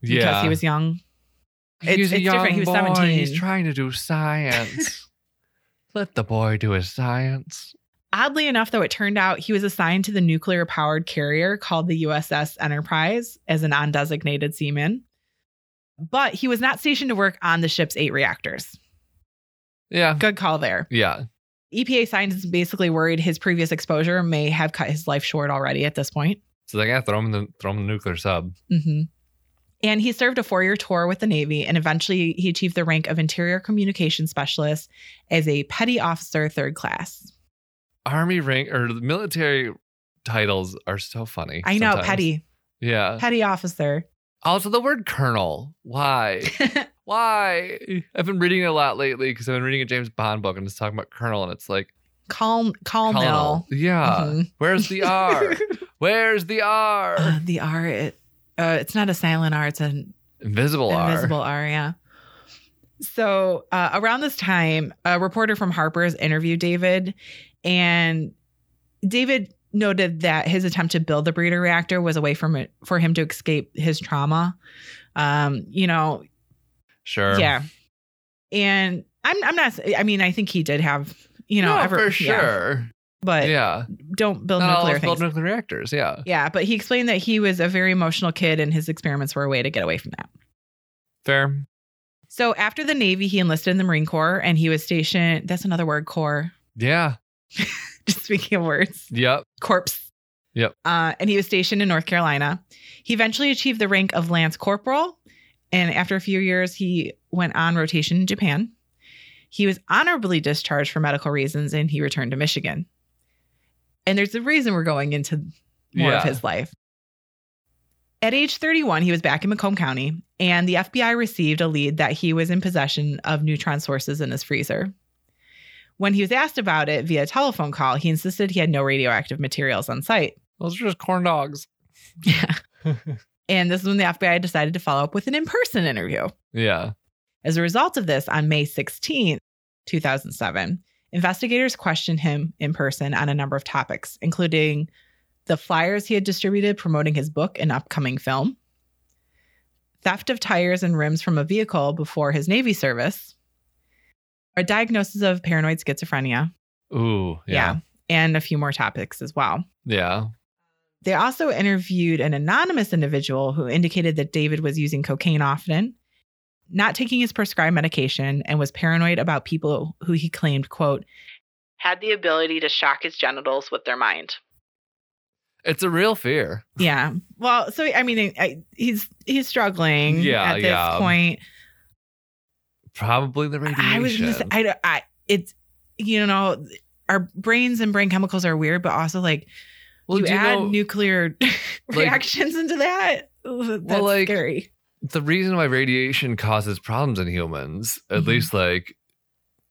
B: Yeah.
C: because he was young. It's-
B: He's a
C: it's
B: young
C: different. He was
B: boy.
C: 17.
B: He's trying to do science. Let the boy do his science.
C: Oddly enough, though, it turned out he was assigned to the nuclear powered carrier called the USS Enterprise as an undesignated seaman. But he was not stationed to work on the ship's eight reactors.
B: Yeah.
C: Good call there.
B: Yeah.
C: EPA scientists basically worried his previous exposure may have cut his life short already at this point.
B: So they gotta throw him in the throw him in the nuclear sub.
C: hmm And he served a four year tour with the Navy and eventually he achieved the rank of Interior Communication Specialist as a Petty Officer Third Class.
B: Army rank or the military titles are so funny.
C: I know,
B: sometimes.
C: Petty,
B: Yeah.
C: Petty Officer.
B: Also, the word colonel. Why? Why? I've been reading it a lot lately because I've been reading a James Bond book and it's talking about colonel and it's like
C: Calm, calm
B: colonel.
C: mill.
B: Yeah.
C: Mhm.
B: Where's the Uh, R? Where's the
C: Uh,
B: R?
C: the R, it, uh, it's not a silent R, it's an
B: Invisible R.
C: Invisible R, yeah. So uh, around this time, a reporter from Harper's interviewed David, and David noted that his attempt to build the breeder reactor was a way for, m- for him to escape his trauma. Um, you know,
B: Sure.
C: yeah. And I'm I'm not. I mean, I think he did have you know
B: no,
C: ever-
B: for
C: yeah,
B: sure.
C: but
B: yeah.
C: don't build
B: Not all
C: nuclear
B: those
C: things.
B: built nuclear reactors. Yeah.
C: yeah, but he explained that he was a very emotional kid, and his experiments were a way to get away from that.
B: Fair.
C: So after the Navy, he enlisted in the Marine Corps and he was stationed. That's another word, Corps.
B: Yeah.
C: Just speaking of words,
B: Yep.
C: corpse.
B: Yep.
C: Uh, and he was stationed in North Carolina. He eventually achieved the rank of Lance Corporal. And after a few years, he went on rotation in Japan. He was honorably discharged for medical reasons and he returned to Michigan. And there's a reason we're going into more
B: yeah.
C: of his life. At age 31, he was back in Macomb County, and the FBI received a lead that he was in possession of neutron sources in his freezer. When he was asked about it via telephone call, he insisted he had no radioactive materials on site.
B: Those are just corn dogs.
C: And this is when the FBI decided to follow up with an in person interview.
B: Yeah.
C: As a result of this, on May 16th, 2007, investigators questioned him in person on a number of topics, including the flyers he had distributed promoting his book and upcoming film, theft of tires and rims from a vehicle before his Navy service, a diagnosis of paranoid schizophrenia,
B: Ooh. Yeah.
C: and a few more topics as well.
B: Yeah.
C: They also interviewed an anonymous individual who indicated that David was using cocaine often, not taking his prescribed medication, and was paranoid about people who he claimed, quote, had the ability to shock his genitals with their mind.
B: It's a real fear.
C: Yeah. Well, so I mean, I, he's he's struggling
B: Yeah,
C: at this
B: yeah.
C: point.
B: Probably the radiation.
C: I was gonna say, I, don't- I it's you know, our brains and brain chemicals are weird, but also like
B: well,
C: you
B: do you
C: add
B: know-
C: nuclear reactions into that. That's
B: like,
C: scary.
B: the reason why radiation causes problems in humans, at
C: Mhm.
B: least like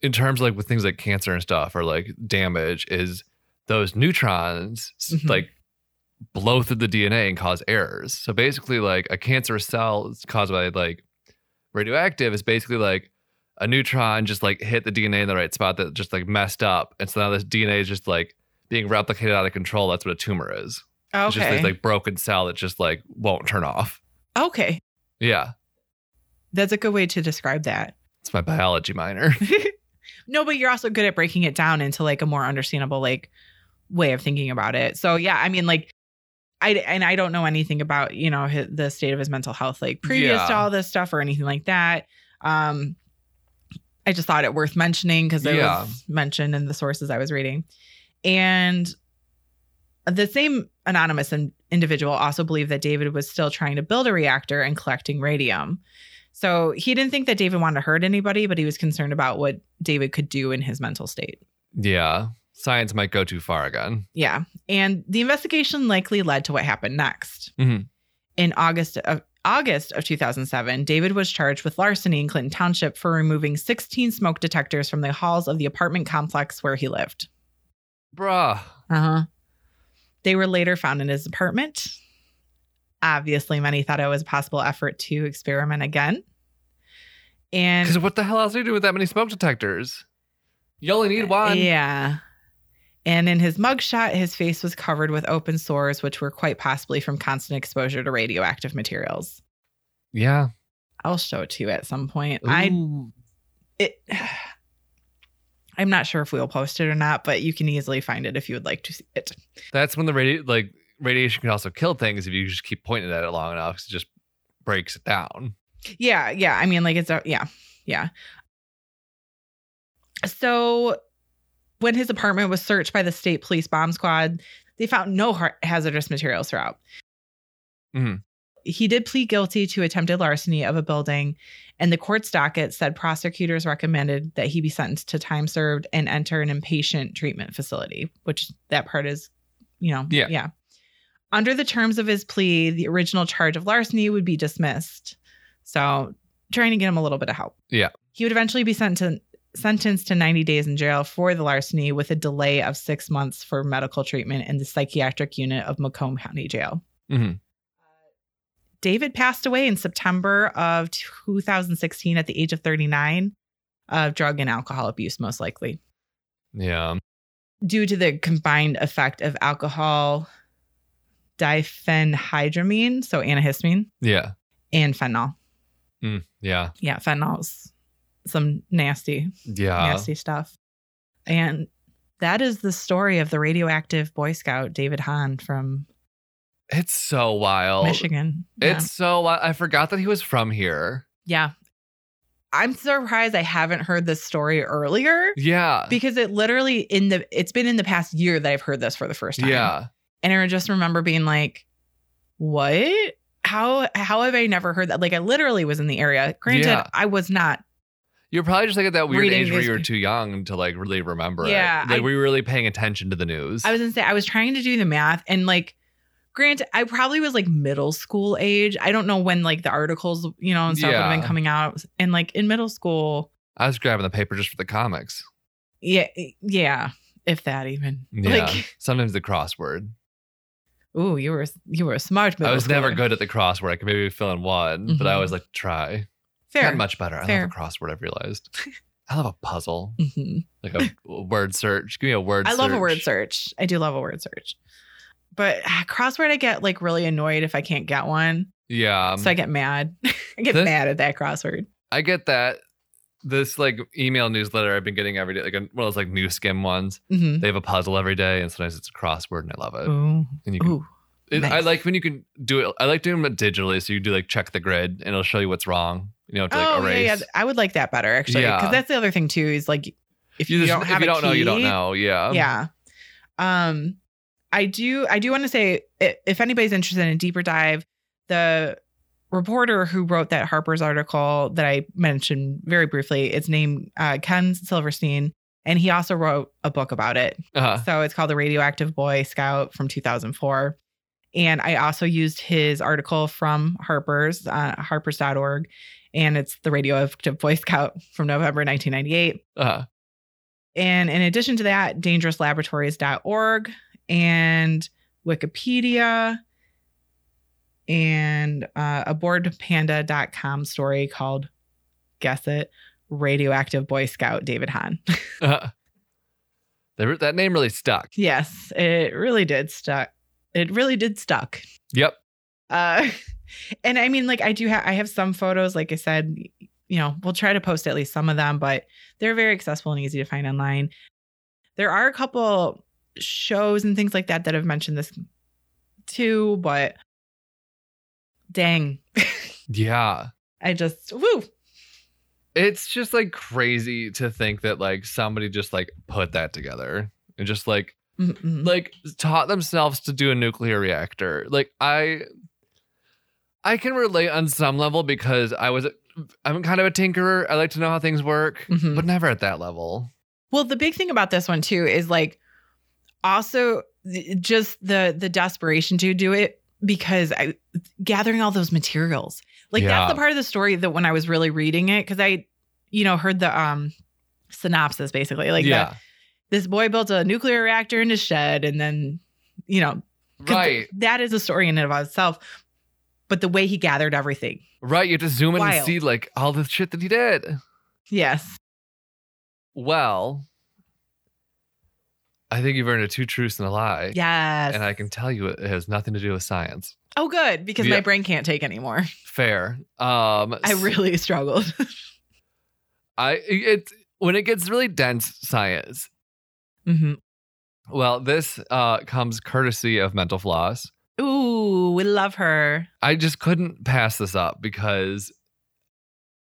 B: in terms like with things like cancer and stuff or like damage, is those neutrons s-
C: Mhm.
B: like blow through the DNA and cause errors. So basically, like a cancerous cell is caused by like radioactive is basically like a neutron just like hit the DNA in the right spot that just like messed up, and so now this DNA is just like being replicated out of control. That's what a tumor is.
C: Oh, Okay.
B: It's just this like broken cell that just like won't turn off.
C: Okay.
B: Yeah.
C: That's a good way to describe that.
B: It's my biology minor.
C: no, but you're also good at breaking it down into like a more understandable like way of thinking about it. So yeah, I mean like I and I don't know anything about, you know, hi the state of his mental health like previous to
B: Yeah.
C: all this stuff or anything like that. Um I just thought it worth mentioning cuz it
B: Yeah.
C: was mentioned in the sources I was reading. And the same anonymous in- individual also believed that David was still trying to build a reactor and collecting radium. So he didn't think that David wanted to hurt anybody, but he was concerned about what David could do in his mental state.
B: yeah. Science might go too far again.
C: Yeah. And the investigation likely led to what happened next.
B: Mhm.
C: In August of August of 2007, David was charged with larceny in Clinton Township for removing 16 smoke detectors from the halls of the apartment complex where he lived.
B: Bruh.
C: Uh-huh. They were later found in his apartment. Obviously, many thought it was a possible effort to experiment again. And
B: Because what the hell else are you doing with that many smoke detectors? You only need one.
C: Uh, Yeah. And in his mugshot, his face was covered with open sores, which were quite possibly from constant exposure to radioactive materials.
B: Yeah.
C: I'll show it to you at some point. I
B: Ooh.
C: it, I'm not sure if we'll post it or not, but you can easily find it if you would like to see it.
B: That's when the radio like radiation can also kill things if you just keep pointing at it long enough. 'cause it just breaks it down.
C: Yeah, yeah. I mean, like it's a yeah, yeah. So when his apartment was searched by the state police bomb squad, they found no har- hazardous materials throughout.
B: Mhm.
C: he did plead guilty to attempted larceny of a building, and the court's docket said prosecutors recommended that he be sentenced to time served and enter an inpatient treatment facility, which that part is, you know,
B: Yeah.
C: yeah. Under the terms of his plea, the original charge of larceny would be dismissed. So, trying to get him a little bit of help.
B: Yeah.
C: He would eventually be sent to, sentenced to 90 days in jail for the larceny with a delay of six months for medical treatment in the psychiatric unit of Macomb County Jail.
B: Mhm.
C: David passed away in September of 2016 at the age of 39 of drug and alcohol abuse, most likely
B: Yeah.
C: due to the combined effect of alcohol, diphenhydramine, so antihistamine,
B: Yeah.
C: and fentanyl.
B: Mm, yeah.
C: Yeah, fentanyl's some nasty,
B: Yeah.
C: nasty stuff. And that is the story of the radioactive Boy Scout David Hahn from
B: It's so wild.
C: Michigan. Yeah.
B: Oh, It's so wild. I forgot that he was from here.
C: yeah. I'm surprised I haven't heard this story earlier.
B: Yeah.
C: because it literally in the it's been in the past year that I've heard this for the first time.
B: yeah.
C: and I just remember being like, "What? How? How have I never heard that?" Like I literally was in the area. Granted,
B: Yeah.
C: I was not.
B: You're probably just like at that weird
C: Reading
B: age where
C: these-
B: you were too young to like really remember
C: Yeah,
B: it. Like
C: I-
B: we were really paying attention to the news.
C: I was gonna say I was trying to do the math and like. Granted, I probably was like middle school age. I don't know when like the articles, you know, and stuff would have
B: Yeah.
C: been coming out. And like in middle school,
B: I was grabbing the paper just for the comics.
C: yeah, yeah, if that even.
B: Yeah.
C: Like,
B: Sometimes the crossword.
C: ooh, you were you were a smart. Middle
B: I was never
C: schooler.
B: good at the crossword. I could maybe fill in one, but I
C: Mhm.
B: always like to try.
C: Fair.
B: Not much better. I
C: Fair.
B: love a crossword, I've realized. I love a puzzle,
C: Mhm.
B: like a word search. Give me a word
C: I
B: search.
C: love a word search. I do love a word search. But ah, crossword, I get like really annoyed if I can't get one.
B: Yeah.
C: so I get mad. I get
B: Um, this-
C: mad at that crossword.
B: I get that. This like email newsletter I've been getting every day, like one of those like new skim ones.
C: hmm
B: They have a puzzle every day, and sometimes it's a crossword, and I love it.
C: Ooh.
B: And Uh, you can,
C: Ooh.
B: it, I
C: nice.
B: like when you can do it. I like doing it digitally, so you do like check the grid, and it'll show you what's wrong. You know, to like
C: Oh, yeah,
B: erase.
C: yeah. I would like that better, actually. Because
B: Yeah.
C: that's the other thing, too, is like if you,
B: just-
C: don't have
B: if you
C: a
B: don't know, you don't
C: key-
B: know. Yeah.
C: yeah. Um, I do. I do want to say i- if anybody's interested in a deeper dive, the reporter who wrote that Harper's article that I mentioned very briefly, it's named uh, Ken Silverstein, and he also wrote a book about it.
B: Uh-huh.
C: So it's called The Radioactive Boy Scout from 2004. And I also used his article from Harper's, uh, harper's.org, and it's The Radioactive Boy Scout from November 1998.
B: Uh-huh.
C: And in addition to that, dangerouslaboratories.org and Wikipedia and uh, a boardpanda.com story called Guess It Radioactive Boy Scout David Hahn.
B: Uh-huh. That- that name really stuck.
C: yes, it really did stuck. It really did stuck.
B: Yep.
C: Uh, and I mean, like I do have, I have some photos. Like I said, you know, we'll try to post at least some of them, but they're very accessible and easy to find online. There are a couple shows and things like that that have mentioned this too, but dang,
B: Yeah.
C: I just woo.
B: it's just like crazy to think that like somebody just like put that together and just like
C: Mm-mm.
B: like taught themselves to do a nuclear reactor like i i can relate on some level because i was i'm kind of a tinkerer i like to know how things work
C: Mhm.
B: but never at that level
C: Well, the big thing about this one too is like also th- just the the desperation to do it because I gathering all those materials. Like
B: Yeah.
C: that's the part of the story that when I was really reading it cuz I you know heard the um synopsis basically like
B: yeah
C: the- this boy built a nuclear reactor in his shed and then you know 'cause
B: right
C: that is a story in and of itself but the way he gathered everything.
B: right you have to zoom in and
C: Wild.
B: see like all the shit that he did
C: Yes.
B: well i think you've earned a two truths and a lie
C: Yes.
B: and i can tell you it has nothing to do with science
C: Oh good because
B: Yeah.
C: my brain can't take anymore.
B: fair um
C: I really struggled.
B: I it when it gets really dense science.
C: mhm.
B: Well, this uh, comes courtesy of Mental Floss.
C: Ooh, we love her.
B: I just couldn't pass this up because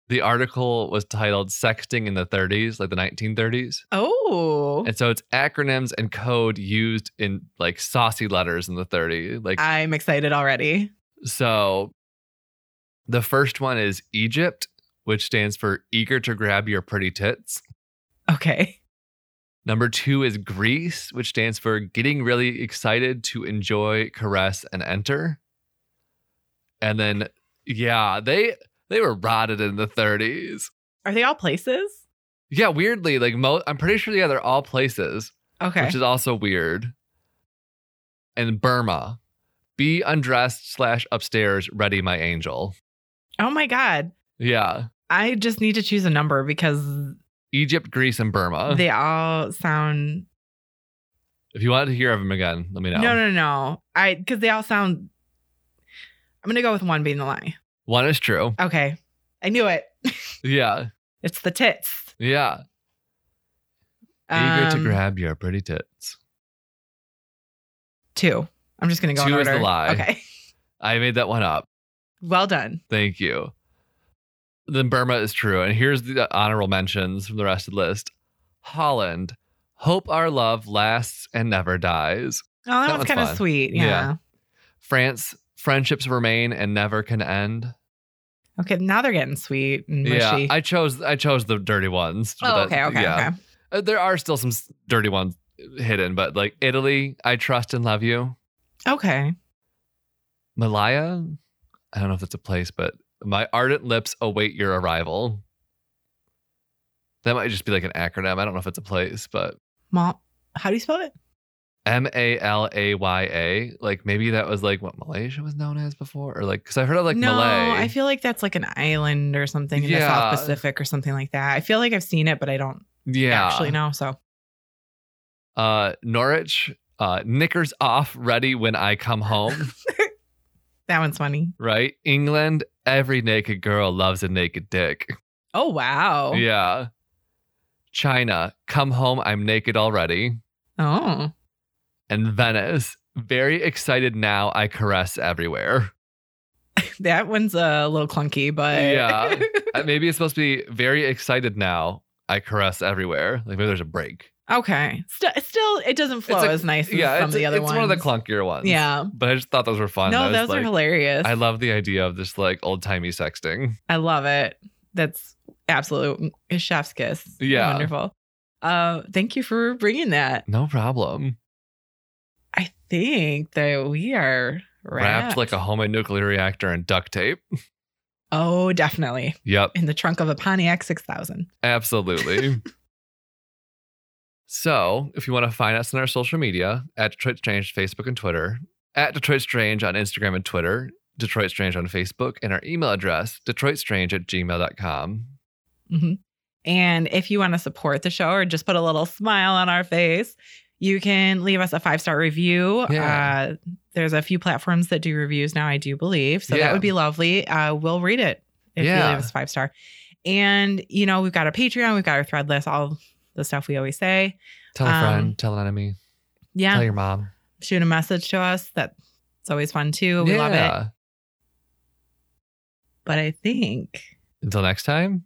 B: the article was titled "Sexting in the 30s," like the 1930s,
C: Oh,
B: and so it's acronyms and code
C: Ah.
B: used in like saucy letters in the 30s. Like
C: I'm excited already.
B: so, The first one is Egypt, which stands for eager to grab your pretty tits.
C: Okay.
B: Number two is Greece, which stands for getting really excited to enjoy, caress, and enter. And then, yeah, they they were rotted in the 30s.
C: Are they all places?
B: Yeah, weirdly, like mo- I'm pretty sure. Yeah, they're all places,
C: Okay.
B: which is also weird. And Burma, be undressed slash upstairs, ready, my angel.
C: oh my God.
B: Yeah,
C: I just need to choose a number because
B: Egypt, Greece, and Burma.
C: they all sound
B: if you want to hear of them again, let me know.
C: no no no. I because they all sound I'm gonna go with one being the lie.
B: One is true.
C: Okay. I knew it.
B: Yeah,
C: It's the tits.
B: yeah. Eager to
C: Um,
B: grab your pretty tits.
C: Two. I'm just gonna go. in
B: Two is the
C: order.
B: lie.
C: Okay.
B: I made that one up.
C: Well done.
B: Thank you. Then Burma is true. And here's the honorable mentions from the rest of the list Holland, hope our love lasts and never dies.
C: Oh, that,
B: That
C: one's
B: one's
C: kind of
B: fun.
C: sweet. Yeah.
B: Yeah. France, friendships remain and never can end.
C: Okay. Now they're getting sweet and mushy.
B: Yeah, I chose I chose the dirty ones. but
C: oh,
B: that-
C: okay. Okay.
B: yeah.
C: Okay.
B: Uh, There are still some s- dirty ones hidden, but like Italy, I trust and love you.
C: Okay.
B: Malaya, I don't know if that's a place, but my ardent lips await your arrival. That might just be like an acronym. I don't know if it's a place, but
C: Mal. How do you spell it?
B: M A L A Y A. Like maybe that was like what Malaysia was known as before, or like because I heard of like
C: no,
B: Malay.
C: I feel like that's like an island or something in the
B: Yeah.
C: South Pacific or something like that. I feel like I've seen it, but I don't
B: yeah.
C: actually know. So
B: Uh, Norwich, uh, knickers off, ready when I come home.
C: that one's funny.
B: right, England. Every naked girl loves a naked dick.
C: Oh wow.
B: Yeah. China, come home. I'm naked already.
C: Oh.
B: and Venice. Very excited now. I caress everywhere.
C: That one's a little clunky, but
B: Yeah. Uh, Maybe it's supposed to be very excited now. I caress everywhere. Like maybe there's a break.
C: okay. Still, still, it doesn't flow
B: like-
C: as nice as
B: yeah,
C: some
B: it's,
C: of the other
B: it's
C: ones.
B: one of the clunkier ones.
C: Yeah.
B: but I just thought those were fun. I
C: No,
B: was
C: those are
B: like-
C: hilarious.
B: I love the idea of this like old timey sexting.
C: I love it. That's absolute a chef's kiss.
B: Yeah.
C: Wonderful. Uh, thank you for bringing that.
B: No problem.
C: I think that we are wrapped.
B: Wrapped like a homemade nuclear reactor in duct tape.
C: oh, definitely
B: Yep,
C: in the trunk of a Pontiac 6000.
B: absolutely. so, if you want to find us on our social media at Detroit Strange, Facebook and Twitter, at Detroit Strange on Instagram and Twitter, Detroit Strange on Facebook, and our email address, DetroitStrange at gmail.com.
C: Mhm. And if you want to support the show or just put a little smile on our face, you can leave us a five star review.
B: Yeah.
C: Uh, there's a few platforms that do reviews now, I do believe. So that
B: Yeah.
C: would be lovely. Uh, we'll read it if you
B: Yeah.
C: leave us five star. And, you know, we've got a Patreon, we've got our thread list, all the stuff we always say.
B: Tell a
C: Um,
B: friend, tell an enemy,
C: Yeah.
B: tell your mom.
C: Shoot a message to us. That's always fun too. We love it. But I think
B: Until next time.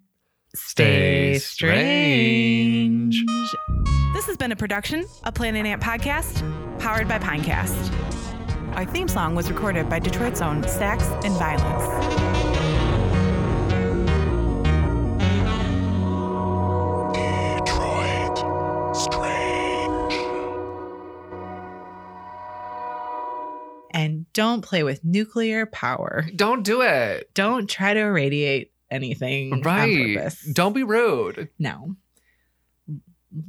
C: stay
B: Stay
C: strange.
B: strange.
C: This has been a production of Planet Ant Podcast, powered by Pinecast. Our theme song was recorded by Detroit's own Sax and Violence.
A: Detroit Strange.
C: And don't play with nuclear power.
B: Don't do it.
C: Don't try to irradiate anything on
B: Right.
C: purpose.
B: Don't be rude.
C: No.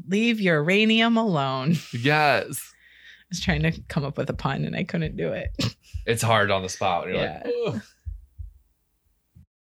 C: Leave uranium alone. I
B: Yes.
C: was trying to come up with a pun and I couldn't do it.
B: It's hard on the spot. when you're like, "Ugh."